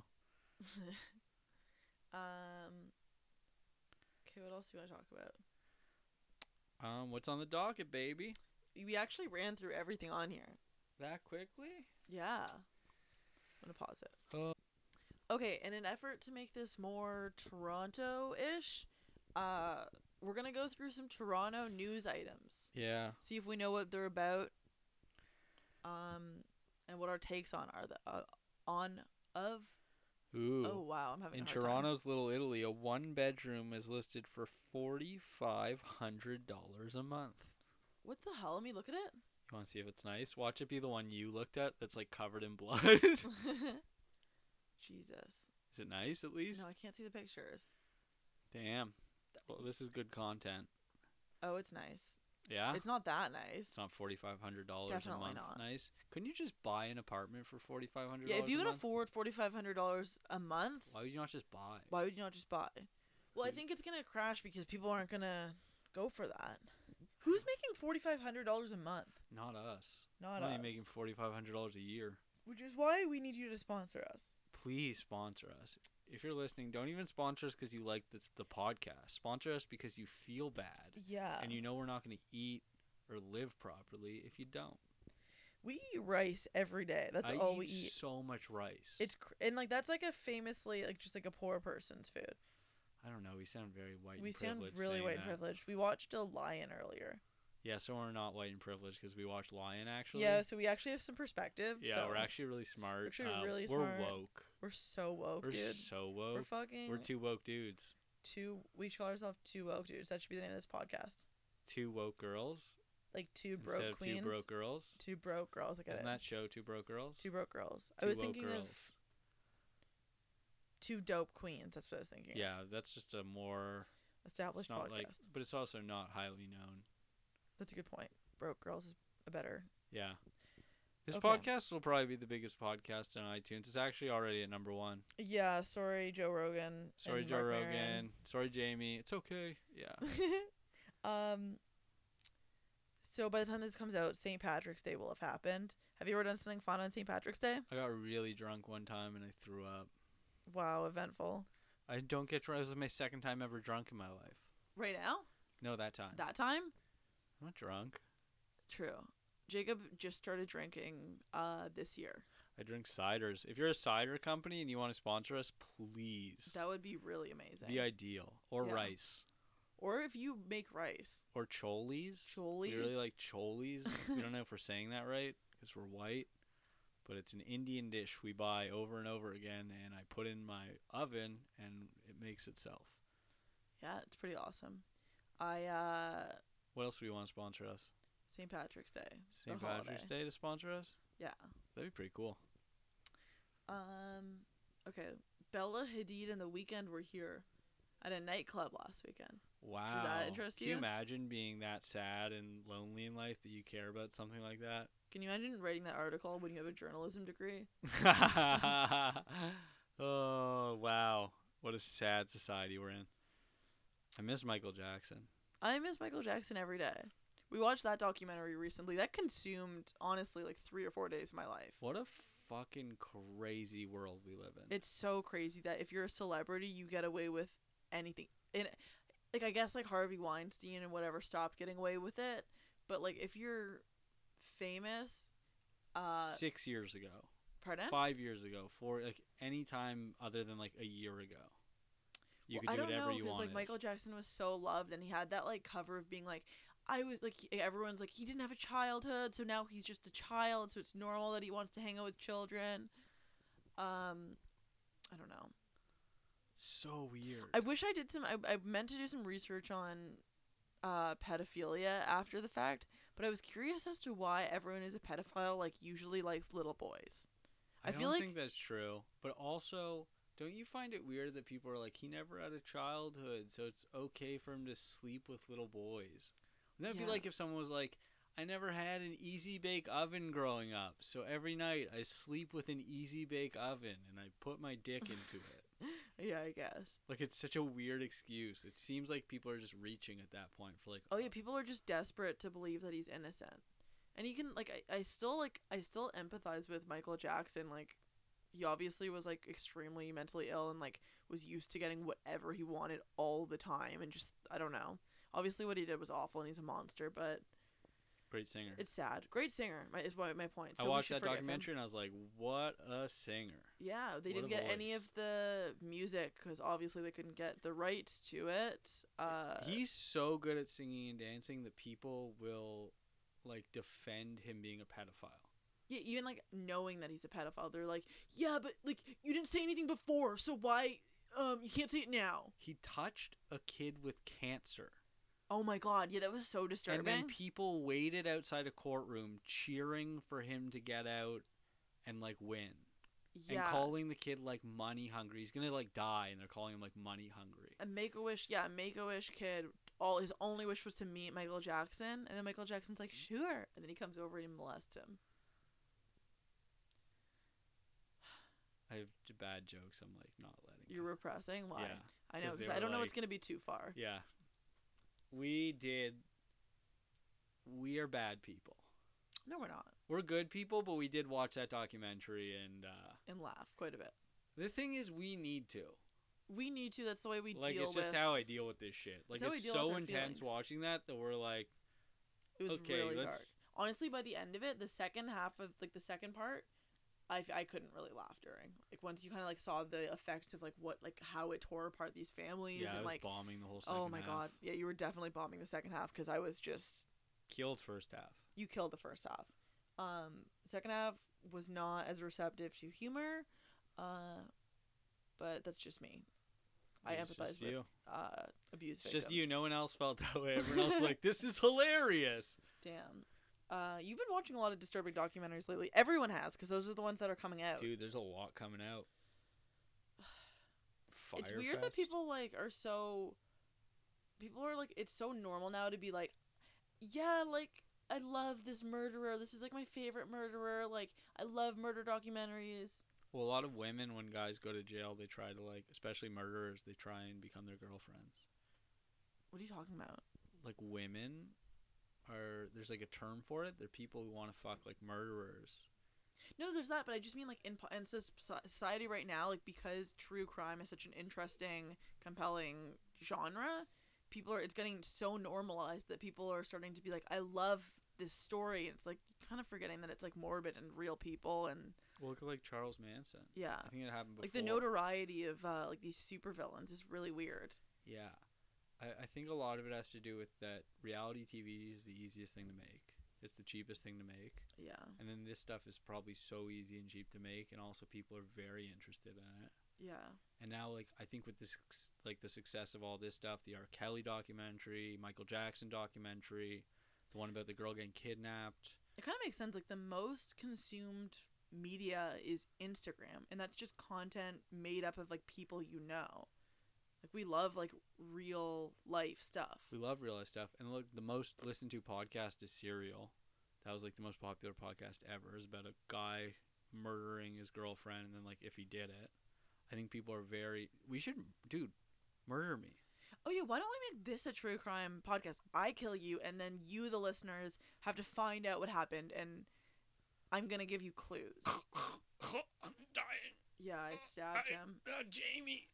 Speaker 1: um. Okay, what else do you want to talk about?
Speaker 2: Um, what's on the docket, baby?
Speaker 1: We actually ran through everything on here.
Speaker 2: That quickly?
Speaker 1: Yeah. I'm gonna pause it.
Speaker 2: Oh.
Speaker 1: Okay, in an effort to make this more Toronto-ish, uh, we're gonna go through some Toronto news items.
Speaker 2: Yeah.
Speaker 1: See if we know what they're about. Um, and what our takes on are the uh, on of.
Speaker 2: Ooh.
Speaker 1: Oh wow, I'm having
Speaker 2: In
Speaker 1: a hard time.
Speaker 2: Toronto's Little Italy, a one bedroom is listed for $4,500 a month.
Speaker 1: What the hell? Let me look at it.
Speaker 2: You want to see if it's nice? Watch it be the one you looked at that's like covered in blood. is
Speaker 1: Jesus.
Speaker 2: it nice at least?
Speaker 1: No, I can't see the pictures.
Speaker 2: Damn. Well, this is good content.
Speaker 1: Oh, it's nice.
Speaker 2: Yeah?
Speaker 1: It's not that nice.
Speaker 2: Ah. It's not forty five hundred dollars a
Speaker 1: Definitely
Speaker 2: month.
Speaker 1: not.
Speaker 2: Nice. Couldn't you just buy an apartment for forty five hundred?
Speaker 1: yeah, if
Speaker 2: a
Speaker 1: you can
Speaker 2: month?
Speaker 1: afford forty five hundred dollars a month,
Speaker 2: why would you not just buy?
Speaker 1: why would you not just buy? Well, I
Speaker 2: Wait.
Speaker 1: think it's gonna crash because people aren't gonna go for that. Who's making forty five hundred dollars a month?
Speaker 2: Not us.
Speaker 1: Not
Speaker 2: We're only
Speaker 1: us.
Speaker 2: making forty five hundred dollars a year.
Speaker 1: Which is why we need you to sponsor us.
Speaker 2: Please sponsor us. If you're listening, don't even sponsor us because you like this, the podcast. Sponsor us because you feel bad
Speaker 1: Yeah.
Speaker 2: and you know we're not going to eat or live properly if you don't.
Speaker 1: we eat rice every day. That's
Speaker 2: I
Speaker 1: all
Speaker 2: eat
Speaker 1: we eat.
Speaker 2: So much rice.
Speaker 1: It's cr- and like that's like a famously like just like a poor person's food.
Speaker 2: I don't know. We sound very white.
Speaker 1: we
Speaker 2: and
Speaker 1: sound
Speaker 2: privileged
Speaker 1: really
Speaker 2: saying
Speaker 1: white and
Speaker 2: that.
Speaker 1: privileged. We watched a lion earlier.
Speaker 2: Yeah, so we're not white and privileged because we watched Lion actually.
Speaker 1: yeah, so we actually have some perspective.
Speaker 2: Yeah,
Speaker 1: so
Speaker 2: we're actually really smart.
Speaker 1: actually
Speaker 2: Uh,
Speaker 1: really
Speaker 2: we're
Speaker 1: smart.
Speaker 2: woke.
Speaker 1: we're so woke,
Speaker 2: we're
Speaker 1: dude.
Speaker 2: so
Speaker 1: We're
Speaker 2: woke.
Speaker 1: fucking
Speaker 2: We're, two woke dudes.
Speaker 1: two. We should call ourselves two woke dudes. That should be the name of this podcast.
Speaker 2: Two woke girls
Speaker 1: Like two
Speaker 2: instead
Speaker 1: broke
Speaker 2: of
Speaker 1: queens.
Speaker 2: two broke girls.
Speaker 1: Two broke girls. I got
Speaker 2: Isn't
Speaker 1: it.
Speaker 2: that show Two Broke Girls?
Speaker 1: two broke girls.
Speaker 2: Two
Speaker 1: I was
Speaker 2: woke
Speaker 1: thinking of two dope queens. That's what I was thinking. of.
Speaker 2: Yeah, that's just a more. It's
Speaker 1: Established
Speaker 2: not
Speaker 1: podcast.
Speaker 2: like, but it's also not highly known.
Speaker 1: That's a good point. Broke girls is a better.
Speaker 2: Yeah. This
Speaker 1: Okay.
Speaker 2: podcast will probably be the biggest podcast on iTunes. It's actually already at number one.
Speaker 1: Yeah. Sorry, Joe Rogan.
Speaker 2: Sorry,
Speaker 1: and
Speaker 2: Joe
Speaker 1: Mark
Speaker 2: Rogan.
Speaker 1: Maron.
Speaker 2: Sorry, Jamie. It's okay. Yeah.
Speaker 1: um. So by the time this comes out, St. Patrick's Day will have happened. Have you ever done something fun on St. Patrick's Day?
Speaker 2: I got really drunk one time and I threw up.
Speaker 1: Wow, eventful.
Speaker 2: I don't get drunk. It was my second time ever drunk in my life.
Speaker 6: Right now?
Speaker 2: No, that time.
Speaker 6: That time?
Speaker 2: I'm not drunk.
Speaker 1: True. Jacob just started drinking uh this year.
Speaker 2: I drink ciders. If you're a cider company and you want to sponsor us, please.
Speaker 1: That would be really amazing.
Speaker 2: be ideal. Or
Speaker 1: Yeah.
Speaker 2: rice.
Speaker 1: or if you make rice.
Speaker 2: Or cholies.
Speaker 1: Choli?
Speaker 2: We really like cholies. we don't know if we're saying that right because we're white, but it's an Indian dish we buy over and over again, and I put in my oven and it makes itself.
Speaker 1: Yeah, it's pretty awesome. I uh
Speaker 2: What else do you want to sponsor us?
Speaker 1: St. Patrick's Day. the
Speaker 2: St. Patrick's
Speaker 1: holiday.
Speaker 2: Day to sponsor us?
Speaker 1: Yeah.
Speaker 2: That'd be pretty cool.
Speaker 1: Um okay, Bella Hadid and the weekend were here at a nightclub last weekend.
Speaker 2: Wow.
Speaker 1: interest
Speaker 2: Can you
Speaker 1: you?
Speaker 2: imagine being that sad and lonely in life that you care about something like that?
Speaker 1: Can you imagine writing that article when you have a journalism degree?
Speaker 2: oh wow! What a sad society we're in. I miss Michael Jackson.
Speaker 1: I miss Michael Jackson every day. We watched that documentary recently. That consumed honestly like 3 or 4 days of my life.
Speaker 2: What a fucking crazy world we live in.
Speaker 1: it's so crazy that if you're a celebrity, you get away with anything. And like I guess like Harvey Weinstein and whatever stopped getting away with it, but like if you're famous, uh,
Speaker 2: Six years ago,
Speaker 1: pardon.
Speaker 2: five years ago, four like any time other than like a year ago, you
Speaker 1: Well,
Speaker 2: could do
Speaker 1: I don't
Speaker 2: whatever
Speaker 1: know
Speaker 2: you wanted.
Speaker 1: like Michael Jackson was so loved, and he had that like cover of being like, I was like he- everyone's like he didn't have a childhood, so now he's just a child, so it's normal that he wants to hang out with children. Um, I don't know.
Speaker 2: so weird.
Speaker 1: I wish I did some. I, I meant to do some research on uh, pedophilia after the fact, but I was curious as to why everyone is a pedophile. Like usually likes little boys. I
Speaker 2: don't
Speaker 1: feel like-
Speaker 2: think that's true. But also, don't you find it weird that people are like, he never had a childhood, so it's okay for him to sleep with little boys? Wouldn't that
Speaker 1: Yeah.
Speaker 2: be like if someone was like, I never had an easy bake oven growing up, so every night I sleep with an easy bake oven and I put my dick into it.
Speaker 1: Yeah, I guess.
Speaker 2: Like it's such a weird excuse. It seems like people are just reaching at that point for like,
Speaker 1: Oh yeah, people are just desperate to believe that he's innocent, and you can like I, I still like I still empathize with Michael Jackson. Like he obviously was like extremely mentally ill and like was used to getting whatever he wanted all the time, and just I don't know. Obviously, what he did was awful, and he's a monster, but.
Speaker 2: great singer.
Speaker 1: It's sad. Great singer my, is my, my point.
Speaker 2: I
Speaker 1: So we
Speaker 2: watched
Speaker 1: should
Speaker 2: that
Speaker 1: forgive him.
Speaker 2: documentary and I was like, what a singer.
Speaker 1: Yeah, they
Speaker 2: What a
Speaker 1: didn't get any
Speaker 2: voice.
Speaker 1: of the music because obviously they couldn't get the rights to it. Uh,
Speaker 2: he's so good at singing and dancing that people will like defend him being a pedophile.
Speaker 1: yeah, even like knowing that he's a pedophile, they're like, yeah, but like you didn't say anything before, so why um you can't say it now?
Speaker 2: He touched a kid with cancer.
Speaker 1: Oh my god, yeah, that was so disturbing.
Speaker 2: And then people waited outside a courtroom cheering for him to get out and like win.
Speaker 1: yeah,
Speaker 2: And calling the kid like money hungry. He's gonna like die and they're calling him like money hungry.
Speaker 1: a make a wish, yeah, make a wish kid. All his only wish was to meet Michael Jackson, and then Michael Jackson's like, sure, and then he comes over and he molests him.
Speaker 2: I have j- bad jokes I'm like not letting
Speaker 1: You're
Speaker 2: go.
Speaker 1: repressing. Why?
Speaker 2: Yeah.
Speaker 1: I know
Speaker 2: 'cause they
Speaker 1: because I
Speaker 2: were
Speaker 1: don't know what's
Speaker 2: like-
Speaker 1: gonna be too far.
Speaker 2: Yeah. We did we are bad people.
Speaker 1: No, we're not.
Speaker 2: we're good people, but we did watch that documentary, and uh,
Speaker 1: And laugh quite a bit.
Speaker 2: the thing is, we need to.
Speaker 1: We need to. That's the way we
Speaker 2: like,
Speaker 1: deal
Speaker 2: it's just
Speaker 1: with.
Speaker 2: how I deal with this shit. Like,
Speaker 1: how we
Speaker 2: it's
Speaker 1: deal
Speaker 2: so
Speaker 1: with our
Speaker 2: intense
Speaker 1: feelings.
Speaker 2: watching that that we're like,
Speaker 1: it was
Speaker 2: okay,
Speaker 1: really
Speaker 2: let's.
Speaker 1: dark. Honestly, by the end of it, the second half of like the second part, I, I couldn't really laugh during. Like once you kind of like saw the effects of like what like how it tore apart these families
Speaker 2: Yeah, I
Speaker 1: and
Speaker 2: was
Speaker 1: like
Speaker 2: bombing the whole. Second
Speaker 1: oh my
Speaker 2: half.
Speaker 1: god, yeah, you were definitely bombing the second half because I was just
Speaker 2: Killed first half.
Speaker 1: you killed the first half. Um, second half was not as receptive to humor, uh, but that's just me. I
Speaker 2: It's
Speaker 1: empathize
Speaker 2: just
Speaker 1: with
Speaker 2: you.
Speaker 1: uh, abuse
Speaker 2: It's
Speaker 1: victims.
Speaker 2: just you. No one else felt that way. Everyone else was like, this is hilarious.
Speaker 1: Damn. Uh, you've been watching a lot of disturbing documentaries lately. Everyone has, because those are the ones that are coming out.
Speaker 2: Dude, there's a lot coming out. Firefest.
Speaker 1: it's weird that people like are so. People are like, it's so normal now to be like, yeah, like I love this murderer. This is like my favorite murderer. Like I love murder documentaries.
Speaker 2: Well, a lot of women, when guys go to jail, they try to like, especially murderers, they try and become their girlfriends.
Speaker 1: What are you talking about?
Speaker 2: like women are there's like a term for it. They're people who want to fuck like murderers.
Speaker 1: No, there's that, but I just mean like in, po- in soc- society right now, like because true crime is such an interesting, compelling genre, people are it's getting so normalized that people are starting to be like, I love this story and it's like kind of forgetting that it's like morbid and real people and
Speaker 2: Well, look at like Charles Manson.
Speaker 1: yeah.
Speaker 2: I think it happened before.
Speaker 1: Like the notoriety of uh, like these supervillains is really weird.
Speaker 2: Yeah. I, I think a lot of it has to do with that reality TV is the easiest thing to make. It's the cheapest thing to make.
Speaker 1: Yeah.
Speaker 2: And then this stuff is probably so easy and cheap to make and also people are very interested in it.
Speaker 1: Yeah.
Speaker 2: And now like I think with this like the success of all this stuff, the R. Kelly documentary, Michael Jackson documentary, the one about the girl getting kidnapped.
Speaker 1: It kind of makes sense. Like the most consumed media is Instagram, and that's just content made up of like people you know. Like we love like real life stuff.
Speaker 2: We love real life stuff. And look, the most listened to podcast is Serial. That was like the most popular podcast ever. It's about a guy murdering his girlfriend and then like if he did it. I think people are very we should dude, murder me.
Speaker 1: Oh yeah, why don't we make this a true crime podcast? I kill you, and then you, the listeners, have to find out what happened, and I'm gonna give you clues.
Speaker 2: I'm dying.
Speaker 1: yeah, I stabbed him.
Speaker 2: Uh, Jamie.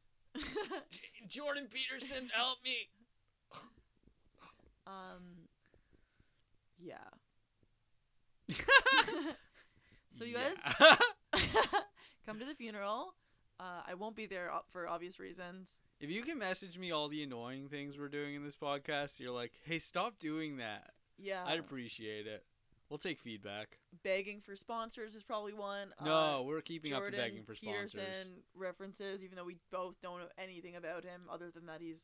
Speaker 2: J- Jordan Peterson, help me.
Speaker 1: um, yeah. so you guys
Speaker 2: Yeah.
Speaker 1: come to the funeral. Uh, I won't be there ob- for obvious reasons.
Speaker 2: if you can message me all the annoying things we're doing in this podcast, you're like, "Hey, stop doing that."
Speaker 1: Yeah,
Speaker 2: I'd appreciate it. We'll take feedback.
Speaker 1: begging for sponsors is probably one.
Speaker 2: No, we're keeping
Speaker 1: Uh, Jordan
Speaker 2: up the begging for sponsors.
Speaker 1: Peterson references, even though we both don't know anything about him other than that he's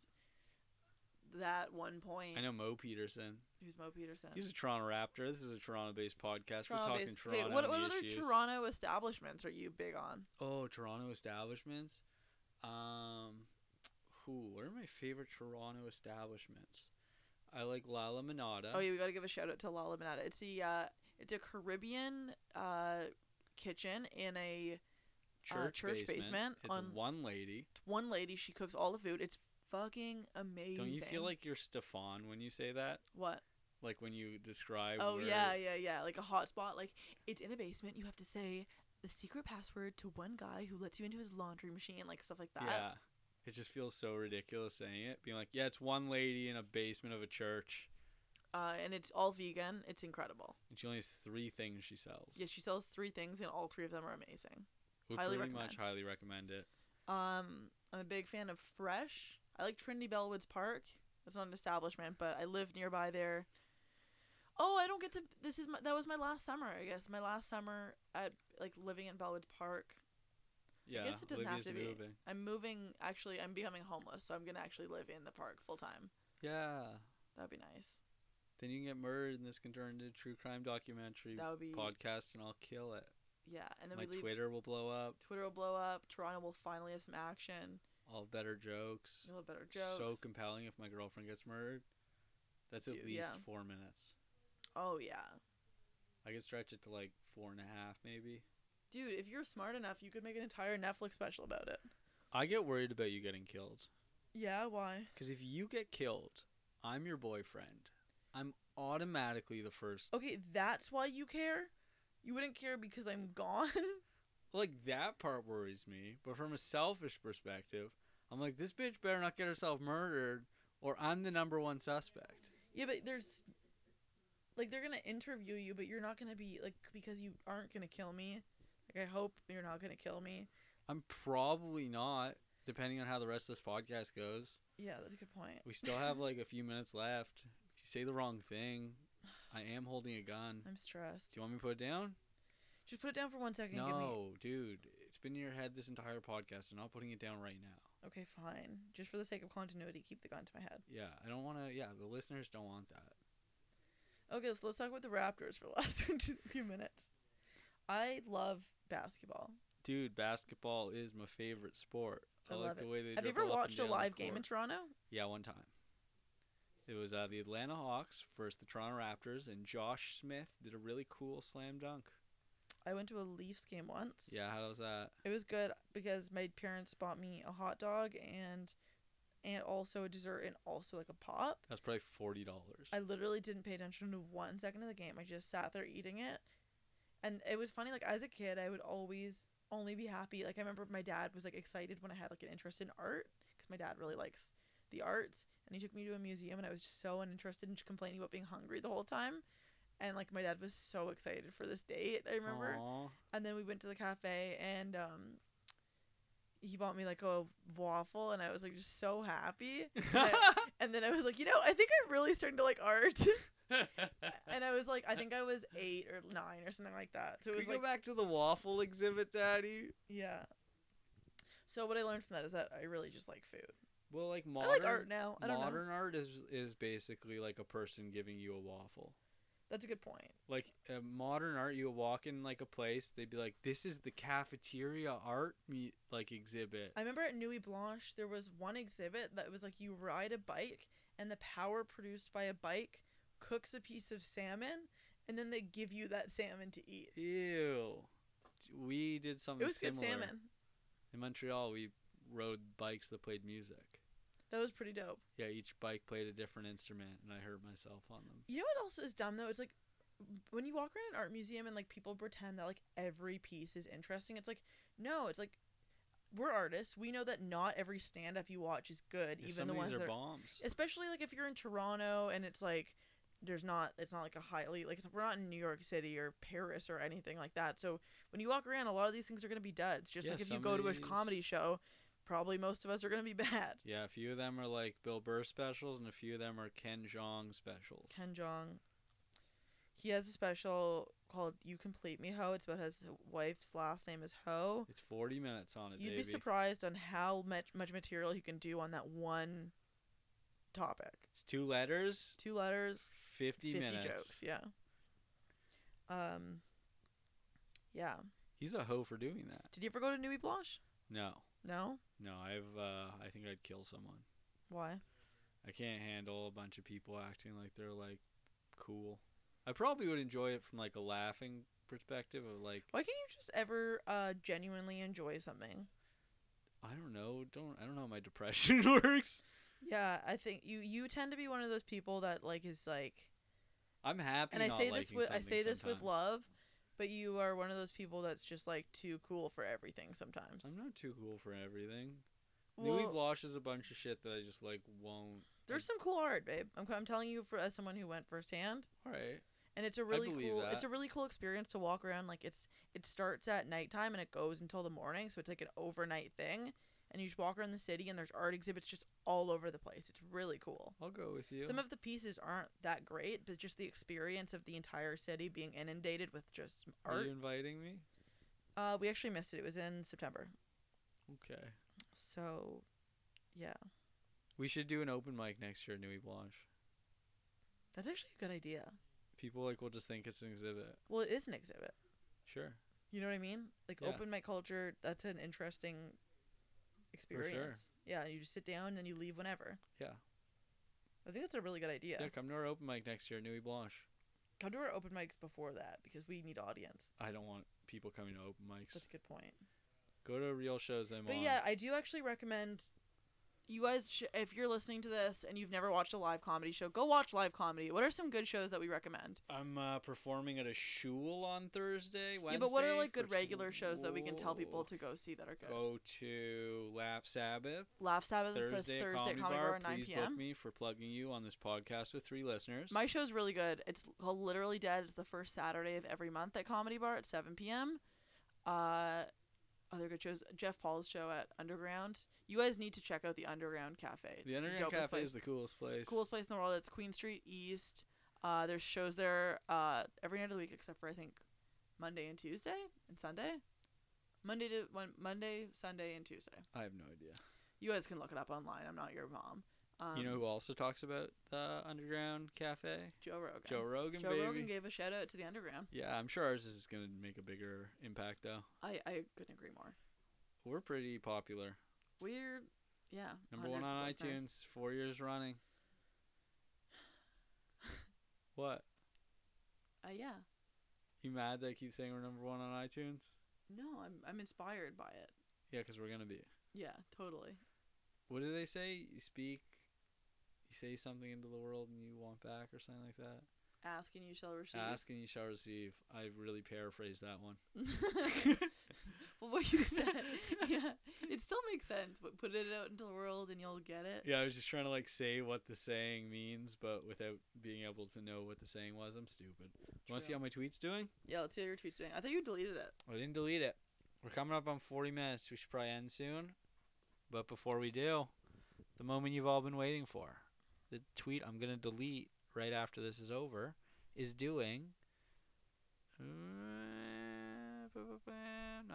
Speaker 1: that one point.
Speaker 2: I know Mo Peterson.
Speaker 1: Who's Mo Peterson?
Speaker 2: He's a Toronto Raptor. This is a Toronto-based podcast. We're talking
Speaker 1: Toronto-based-
Speaker 2: Toronto.
Speaker 1: Wait, what,
Speaker 2: and
Speaker 1: what
Speaker 2: the
Speaker 1: other
Speaker 2: issues.
Speaker 1: Toronto establishments are you big on?
Speaker 2: Oh, Toronto establishments. Um, who? What are my favorite Toronto establishments? I like Lala Manada.
Speaker 1: Oh yeah, we got to give a shout out to La Limonada. It's a uh, it's a Caribbean uh, kitchen in a
Speaker 2: Church,
Speaker 1: Uh, church
Speaker 2: basement.
Speaker 1: basement
Speaker 2: It's
Speaker 1: on-
Speaker 2: one lady.
Speaker 1: one lady. She cooks all the food. It's fucking amazing.
Speaker 2: Don't you feel like you're Stefan when you say that?
Speaker 1: what?
Speaker 2: Like when you describe.
Speaker 1: Oh
Speaker 2: where-
Speaker 1: yeah, yeah, yeah. Like a hot spot. Like it's in a basement. You have to say the secret password to one guy who lets you into his laundry machine, like stuff like that.
Speaker 2: Yeah. It just feels so ridiculous saying it. Being like, yeah, it's one lady in a basement of a church,
Speaker 1: Uh, and it's all vegan. It's incredible.
Speaker 2: and she only has three things she sells.
Speaker 1: Yeah, she sells three things, and all three of them are amazing.
Speaker 2: We
Speaker 1: highly
Speaker 2: pretty
Speaker 1: recommend.
Speaker 2: much highly recommend it.
Speaker 1: Um, I'm a big fan of Fresh. I like Trinity Bellwoods Park. It's not an establishment, but I live nearby there. Oh, I don't get to. This is my. That was my last summer, I guess. My last summer at like living in Bellwoods Park.
Speaker 2: Yeah,
Speaker 1: guess it doesn't have
Speaker 2: Olivia's
Speaker 1: to be.
Speaker 2: moving.
Speaker 1: I'm moving. Actually, I'm becoming homeless, so I'm gonna actually live in the park full time.
Speaker 2: Yeah.
Speaker 1: That'd be nice.
Speaker 2: Then you can get murdered, and this can turn into a true crime documentary
Speaker 1: That would be.
Speaker 2: podcast, and I'll kill it.
Speaker 1: yeah, and then
Speaker 2: My
Speaker 1: we leave.
Speaker 2: Twitter will blow up.
Speaker 1: Twitter will blow up. Toronto will finally have some action.
Speaker 2: All better jokes.
Speaker 1: We'll have better jokes.
Speaker 2: So compelling if my girlfriend gets murdered. That's at
Speaker 1: Dude,
Speaker 2: least
Speaker 1: yeah.
Speaker 2: four minutes.
Speaker 1: oh yeah,
Speaker 2: I could stretch it to like four and a half, maybe.
Speaker 1: dude. If you're smart enough, you could make an entire Netflix special about it.
Speaker 2: I get worried about you getting killed.
Speaker 1: Yeah. Why?
Speaker 2: Because if you get killed, I'm your boyfriend. I'm automatically the first.
Speaker 7: Okay, that's why you care. You wouldn't care because I'm gone.
Speaker 2: Like, that part worries me. But from a selfish perspective, I'm like, this bitch better not get herself murdered, or I'm the number one suspect.
Speaker 7: yeah, but there's like they're gonna interview you, but you're not gonna be like because you aren't gonna kill me. Like I hope you're not gonna kill me.
Speaker 2: I'm probably not, depending on how the rest of this podcast goes.
Speaker 7: Yeah, that's a good point.
Speaker 2: We still have like a few minutes left. If you say the wrong thing, I am holding a gun.
Speaker 7: I'm stressed.
Speaker 2: Do you want me to put it down?
Speaker 7: Just put it down for one second. and Give me...
Speaker 2: No, dude. It's been in your head this entire podcast. I'm not putting it down right now.
Speaker 7: Okay, fine. Just for the sake of continuity, keep the gun to my head.
Speaker 2: Yeah, I don't want to. Yeah, the listeners don't want that.
Speaker 7: Okay, so let's talk about the Raptors for the last few minutes. I love basketball.
Speaker 2: Dude, basketball is my favorite sport. I,
Speaker 7: I
Speaker 2: like
Speaker 7: love
Speaker 2: the way they.
Speaker 7: Have you
Speaker 2: dribble
Speaker 7: ever
Speaker 2: up and
Speaker 7: watched a
Speaker 2: down the
Speaker 7: live game in
Speaker 2: court.
Speaker 7: Toronto?
Speaker 2: yeah, one time. It was uh, the Atlanta Hawks versus the Toronto Raptors, and Josh Smith did a really cool slam dunk.
Speaker 7: I went to a Leafs game once.
Speaker 2: Yeah, how was that?
Speaker 7: It was good because my parents bought me a hot dog and and also a dessert and also like a pop.
Speaker 2: That was probably forty dollars.
Speaker 7: I literally didn't pay attention to one second of the game. I just sat there eating it. And it was funny, like as a kid I would always only be happy. Like I remember my dad was like excited when I had like an interest in art because my dad really likes the arts.
Speaker 1: and he took me to a museum and I was just so uninterested and just complaining about being hungry the whole time. And like my dad was so excited for this date, I remember.
Speaker 2: Aw.
Speaker 1: And then we went to the cafe and um he bought me like a waffle and I was like just so happy. And then I was like, you know, I think I'm really starting to like art. and I was like, I think I was eight or nine or something like that. So
Speaker 2: Can
Speaker 1: it
Speaker 2: we
Speaker 1: was
Speaker 2: go
Speaker 1: like,
Speaker 2: back to the waffle exhibit, Daddy?
Speaker 1: yeah. So what I learned from that is that I really just like food.
Speaker 2: Well, like
Speaker 1: I
Speaker 2: modern
Speaker 1: like art now. I don't know.
Speaker 2: modern art is is basically like a person giving you a waffle.
Speaker 1: That's a good point.
Speaker 2: Like uh, modern art, you walk in like a place, they'd be like, "This is the cafeteria art me- like exhibit."
Speaker 1: I remember at Nuit Blanche there was one exhibit that was like you ride a bike and the power produced by a bike cooks a piece of salmon and then they give you that salmon to eat.
Speaker 2: Ew. We did something
Speaker 1: It was good
Speaker 2: similar
Speaker 1: salmon.
Speaker 2: in Montreal. We rode bikes that played music.
Speaker 1: That was pretty dope.
Speaker 2: Yeah, each bike played a different instrument, and I heard myself on them.
Speaker 1: You know what else is dumb though? It's like when you walk around an art museum and like people pretend that like every piece is interesting. It's like no, it's like we're artists. We know that not every stand up you watch is good,
Speaker 2: Yeah,
Speaker 1: even
Speaker 2: some
Speaker 1: the
Speaker 2: of
Speaker 1: ones
Speaker 2: these
Speaker 1: that
Speaker 2: are
Speaker 1: are
Speaker 2: bombs.
Speaker 1: especially like if you're in Toronto and it's like there's not it's not like a highly like it's, we're not in New York City or Paris or anything like that. So when you walk around, a lot of these things are gonna be duds. Just
Speaker 2: Yeah,
Speaker 1: like if you
Speaker 2: some
Speaker 1: go
Speaker 2: of
Speaker 1: to a comedy
Speaker 2: these-
Speaker 1: show, probably most of us are gonna be bad.
Speaker 2: Yeah, a few of them are like Bill Burr specials, and a few of them are Ken Jeong specials.
Speaker 1: Ken Jong, he has a special called "You Complete Me, Ho." It's about his wife's last name is Ho.
Speaker 2: It's 40 minutes on it,
Speaker 1: You'd
Speaker 2: baby.
Speaker 1: be surprised on how much much material he can do on that one topic.
Speaker 2: It's two letters,
Speaker 1: Two letters,
Speaker 2: 50,
Speaker 1: 50
Speaker 2: minutes.
Speaker 1: jokes yeah um yeah
Speaker 2: He's a hoe for doing that.
Speaker 1: did you ever go to Nuit Blanche
Speaker 2: No,
Speaker 1: no
Speaker 2: no, I've, uh, I think I'd kill someone.
Speaker 1: why
Speaker 2: I can't handle a bunch of people acting like they're like cool. I probably would enjoy it from like a laughing perspective of like
Speaker 1: why can't you just ever uh genuinely enjoy something
Speaker 2: I don't know, don't I don't know how my depression works.
Speaker 1: yeah i think you you tend to be one of those people that like is like
Speaker 2: I'm happy.
Speaker 1: and i
Speaker 2: not
Speaker 1: say this
Speaker 2: liking
Speaker 1: with i
Speaker 2: something
Speaker 1: say this with
Speaker 2: sometimes.
Speaker 1: love but you are one of those people that's just like too cool for everything sometimes
Speaker 2: I'm not too cool for everything. Newly
Speaker 1: well,
Speaker 2: Blush is a bunch of shit that I just like won't.
Speaker 1: there's some cool art babe I'm, I'm telling you for as someone who went firsthand
Speaker 2: All right.
Speaker 1: and it's a really
Speaker 2: believe
Speaker 1: cool it's
Speaker 2: that.
Speaker 1: a really cool experience to walk around like it's it starts at nighttime and it goes until the morning so it's like an overnight thing and you just walk around the city and there's art exhibits just all over the place it's really cool
Speaker 2: I'll go with you.
Speaker 1: some of the pieces aren't that great but just the experience of the entire city being inundated with just
Speaker 2: Are
Speaker 1: art
Speaker 2: you inviting me?
Speaker 1: uh, we actually missed it it was in september
Speaker 2: Okay.
Speaker 1: so yeah
Speaker 2: We should do an open mic next year, Nui Blanche.
Speaker 1: that's actually a good idea
Speaker 2: People like will just think it's an exhibit.
Speaker 1: well it is an exhibit
Speaker 2: Sure.
Speaker 1: you know what i mean like
Speaker 2: Yeah.
Speaker 1: open mic culture that's an interesting
Speaker 2: sure.
Speaker 1: experience yeah you just sit down and then you leave whenever
Speaker 2: Yeah.
Speaker 1: I think that's a really good idea.
Speaker 2: Yeah, come to our open mic next year, Nui Blanche.
Speaker 1: Come to our open mics before that because we need audience.
Speaker 2: I don't want people coming to open mics.
Speaker 1: That's a good point.
Speaker 2: Go to real shows I'm
Speaker 1: But
Speaker 2: on.
Speaker 1: yeah, I do actually recommend.
Speaker 6: You guys, sh- if you're listening to this and you've never watched a live comedy show, go watch live comedy. What are some good shows that we recommend?
Speaker 2: I'm uh, performing at a shul on Thursday, Wednesday.
Speaker 6: yeah, but what are like
Speaker 2: for
Speaker 6: good regular shows that we can tell people
Speaker 2: tw-
Speaker 6: to go see that are good?
Speaker 2: Go to Lap Sabbath
Speaker 6: Laugh Sabbath is a
Speaker 2: Thursday,
Speaker 6: Thursday
Speaker 2: at Comedy,
Speaker 6: Comedy Bar, at 9
Speaker 2: Please book
Speaker 6: p.m.
Speaker 2: me for plugging you on this podcast with three listeners.
Speaker 6: My show's really good. It's l- called Literally Dead. It's the first Saturday of every month at Comedy Bar at 7 p.m. Uh, other good shows. Jeff Paul's show at Underground. You guys need to check out the Underground Cafe. It's
Speaker 2: the Underground
Speaker 6: dopest
Speaker 2: Cafe
Speaker 6: place.
Speaker 2: is the coolest place.
Speaker 6: coolest place in the world. It's Queen Street East. Uh, there's shows there uh, every night of the week except for I think Monday and Tuesday and Sunday. Monday to one Monday, Sunday and Tuesday.
Speaker 2: I have no idea.
Speaker 6: You guys can look it up online. I'm not your mom. Um,
Speaker 2: you know who also talks about the Underground Cafe?
Speaker 6: Joe Rogan.
Speaker 2: Joe Rogan,
Speaker 6: Joe
Speaker 2: baby.
Speaker 6: Rogan gave a shout out to the Underground.
Speaker 2: yeah, I'm sure ours is going to make a bigger impact, though.
Speaker 6: I I couldn't agree more.
Speaker 2: We're pretty popular.
Speaker 6: We're yeah
Speaker 2: Number one
Speaker 6: hundreds of
Speaker 2: on
Speaker 6: listeners.
Speaker 2: iTunes, four years running. what?
Speaker 6: Uh, yeah.
Speaker 2: You mad that I keep saying we're number one on iTunes?
Speaker 6: No, I'm I'm inspired by it.
Speaker 2: Yeah, 'cause we're gonna be.
Speaker 6: Yeah, totally.
Speaker 2: What do they say? You speak, you say something into the world, and you want back, or something like that.
Speaker 1: Ask and you shall receive.
Speaker 2: Ask and you shall receive. I really paraphrased that one.
Speaker 1: well, what you said, yeah, it still makes sense. But put it out into the world, and you'll get it.
Speaker 2: Yeah, I was just trying to like say what the saying means, but without being able to know what the saying was. I'm stupid. Want to see
Speaker 1: True.
Speaker 2: how my tweet's doing?
Speaker 1: Yeah, let's see how your tweet's doing. I thought you deleted it.
Speaker 2: I didn't delete it. We're coming up on 40 minutes. We should probably end soon. But before we do, the moment you've all been waiting for, the tweet I'm going to delete right after this is over is doing not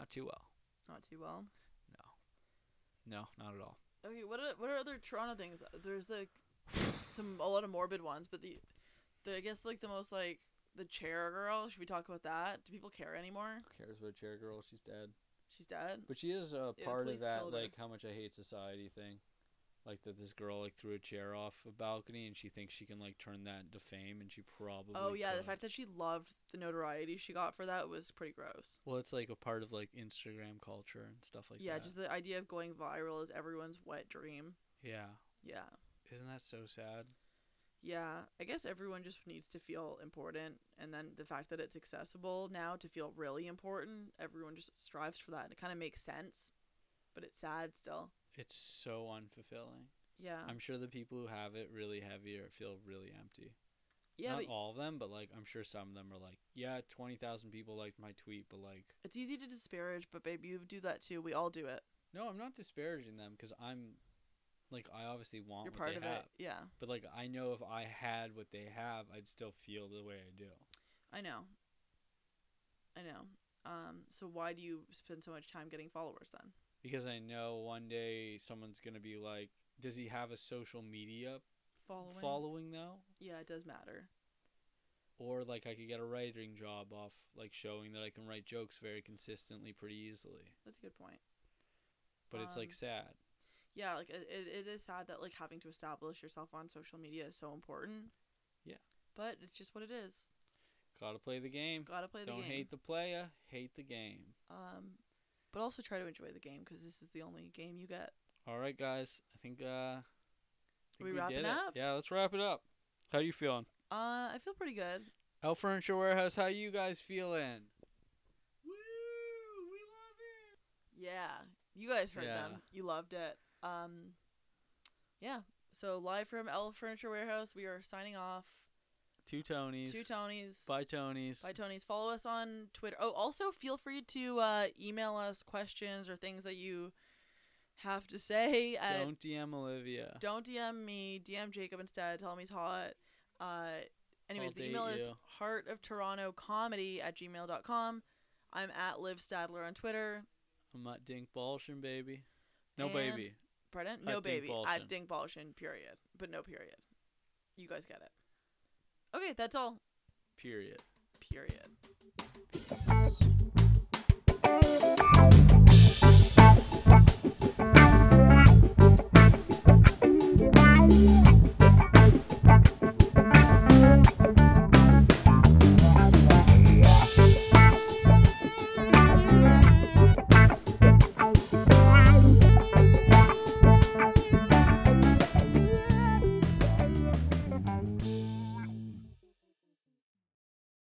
Speaker 2: too well.
Speaker 1: Not too well.
Speaker 2: No, not at all.
Speaker 1: Okay, what are what are other Toronto things? There's like some a lot of morbid ones, but the, the I guess like the most like the chair girl. Should we talk about that? Do people care anymore?
Speaker 2: Who cares about chair girl? She's dead.
Speaker 1: She's dead.
Speaker 2: But she is a
Speaker 1: Yeah,
Speaker 2: part
Speaker 1: please
Speaker 2: of that,
Speaker 1: killed her.
Speaker 2: like how much I hate society thing. Like that, this girl like threw a chair off a balcony, and she thinks she can like turn that into fame, and she probably.
Speaker 1: Oh yeah, the
Speaker 2: could.
Speaker 1: fact that she loved the notoriety she got for that was pretty gross.
Speaker 2: Well, it's like a part of like Instagram culture and stuff like
Speaker 1: yeah,
Speaker 2: that.
Speaker 1: just the idea of going viral is everyone's wet dream.
Speaker 2: yeah.
Speaker 1: Yeah.
Speaker 2: Isn't that so sad?
Speaker 1: Yeah, I guess everyone just needs to feel important, and then the fact that it's accessible now to feel really important, everyone just strives for that, and it kind of makes sense, but it's sad still.
Speaker 2: It's so unfulfilling.
Speaker 1: Yeah,
Speaker 2: I'm sure the people who have it really heavy or feel really empty.
Speaker 1: yeah,
Speaker 2: Not
Speaker 1: but
Speaker 2: all of them, but like I'm sure some of them are like, yeah, twenty thousand people liked my tweet, but like,
Speaker 1: it's easy to disparage, but babe, you do that too. We all do it.
Speaker 2: no, I'm not disparaging them because I'm, like, I obviously want
Speaker 1: You're
Speaker 2: what
Speaker 1: part
Speaker 2: they
Speaker 1: of
Speaker 2: have,
Speaker 1: it. Yeah,
Speaker 2: but like I know if I had what they have, I'd still feel the way I do.
Speaker 1: I know. I know. Um, so why do you spend so much time getting followers then?
Speaker 2: Because I know one day someone's gonna be like, does he have a social media
Speaker 1: Following.
Speaker 2: following though?
Speaker 1: Yeah, it does matter.
Speaker 2: or like I could get a writing job off like showing that I can write jokes very consistently pretty easily.
Speaker 1: That's a good point.
Speaker 2: But it's like
Speaker 1: Um,
Speaker 2: sad.
Speaker 1: yeah like it, it, it is sad that like having to establish yourself on social media is so important
Speaker 2: Yeah.
Speaker 1: but it's just what it is
Speaker 2: Gotta play the game.
Speaker 1: gotta play the
Speaker 2: Don't
Speaker 1: game
Speaker 2: hate the player, hate the game.
Speaker 1: um but also try to enjoy the game because this is the only game you get
Speaker 2: All right, guys. I think uh, I
Speaker 1: we wrapping
Speaker 2: did it.
Speaker 1: up?
Speaker 2: Yeah, let's wrap it up. How you feeling?
Speaker 1: uh i feel pretty good
Speaker 2: L Furniture Warehouse. How you guys feeling? Woo! We love it.
Speaker 1: yeah you guys heard
Speaker 2: Yeah.
Speaker 1: them you loved it um yeah so live from l furniture warehouse we are signing off
Speaker 2: Two Tonys.
Speaker 1: two tonys
Speaker 2: Bye Tonys.
Speaker 1: Bye, Tony's. Follow us on Twitter. Oh, also feel free to uh, email us questions or things that you have to say at
Speaker 2: Don't DM Olivia.
Speaker 1: Don't DM me. DM Jacob instead. Tell him he's hot. Uh, anyways, the
Speaker 2: date
Speaker 1: email is
Speaker 2: you.
Speaker 1: heart of Toronto comedy at gmail.com. I'm at Liv Stadler on Twitter.
Speaker 2: I'm not Dink Balshin, baby. No
Speaker 1: And-
Speaker 2: baby.
Speaker 1: Pardon? No
Speaker 2: At Dink
Speaker 1: baby. At
Speaker 2: Balshin.
Speaker 1: Dink Balshin, period. But no period. You guys get it. Okay, that's all.
Speaker 2: Period.
Speaker 1: Period.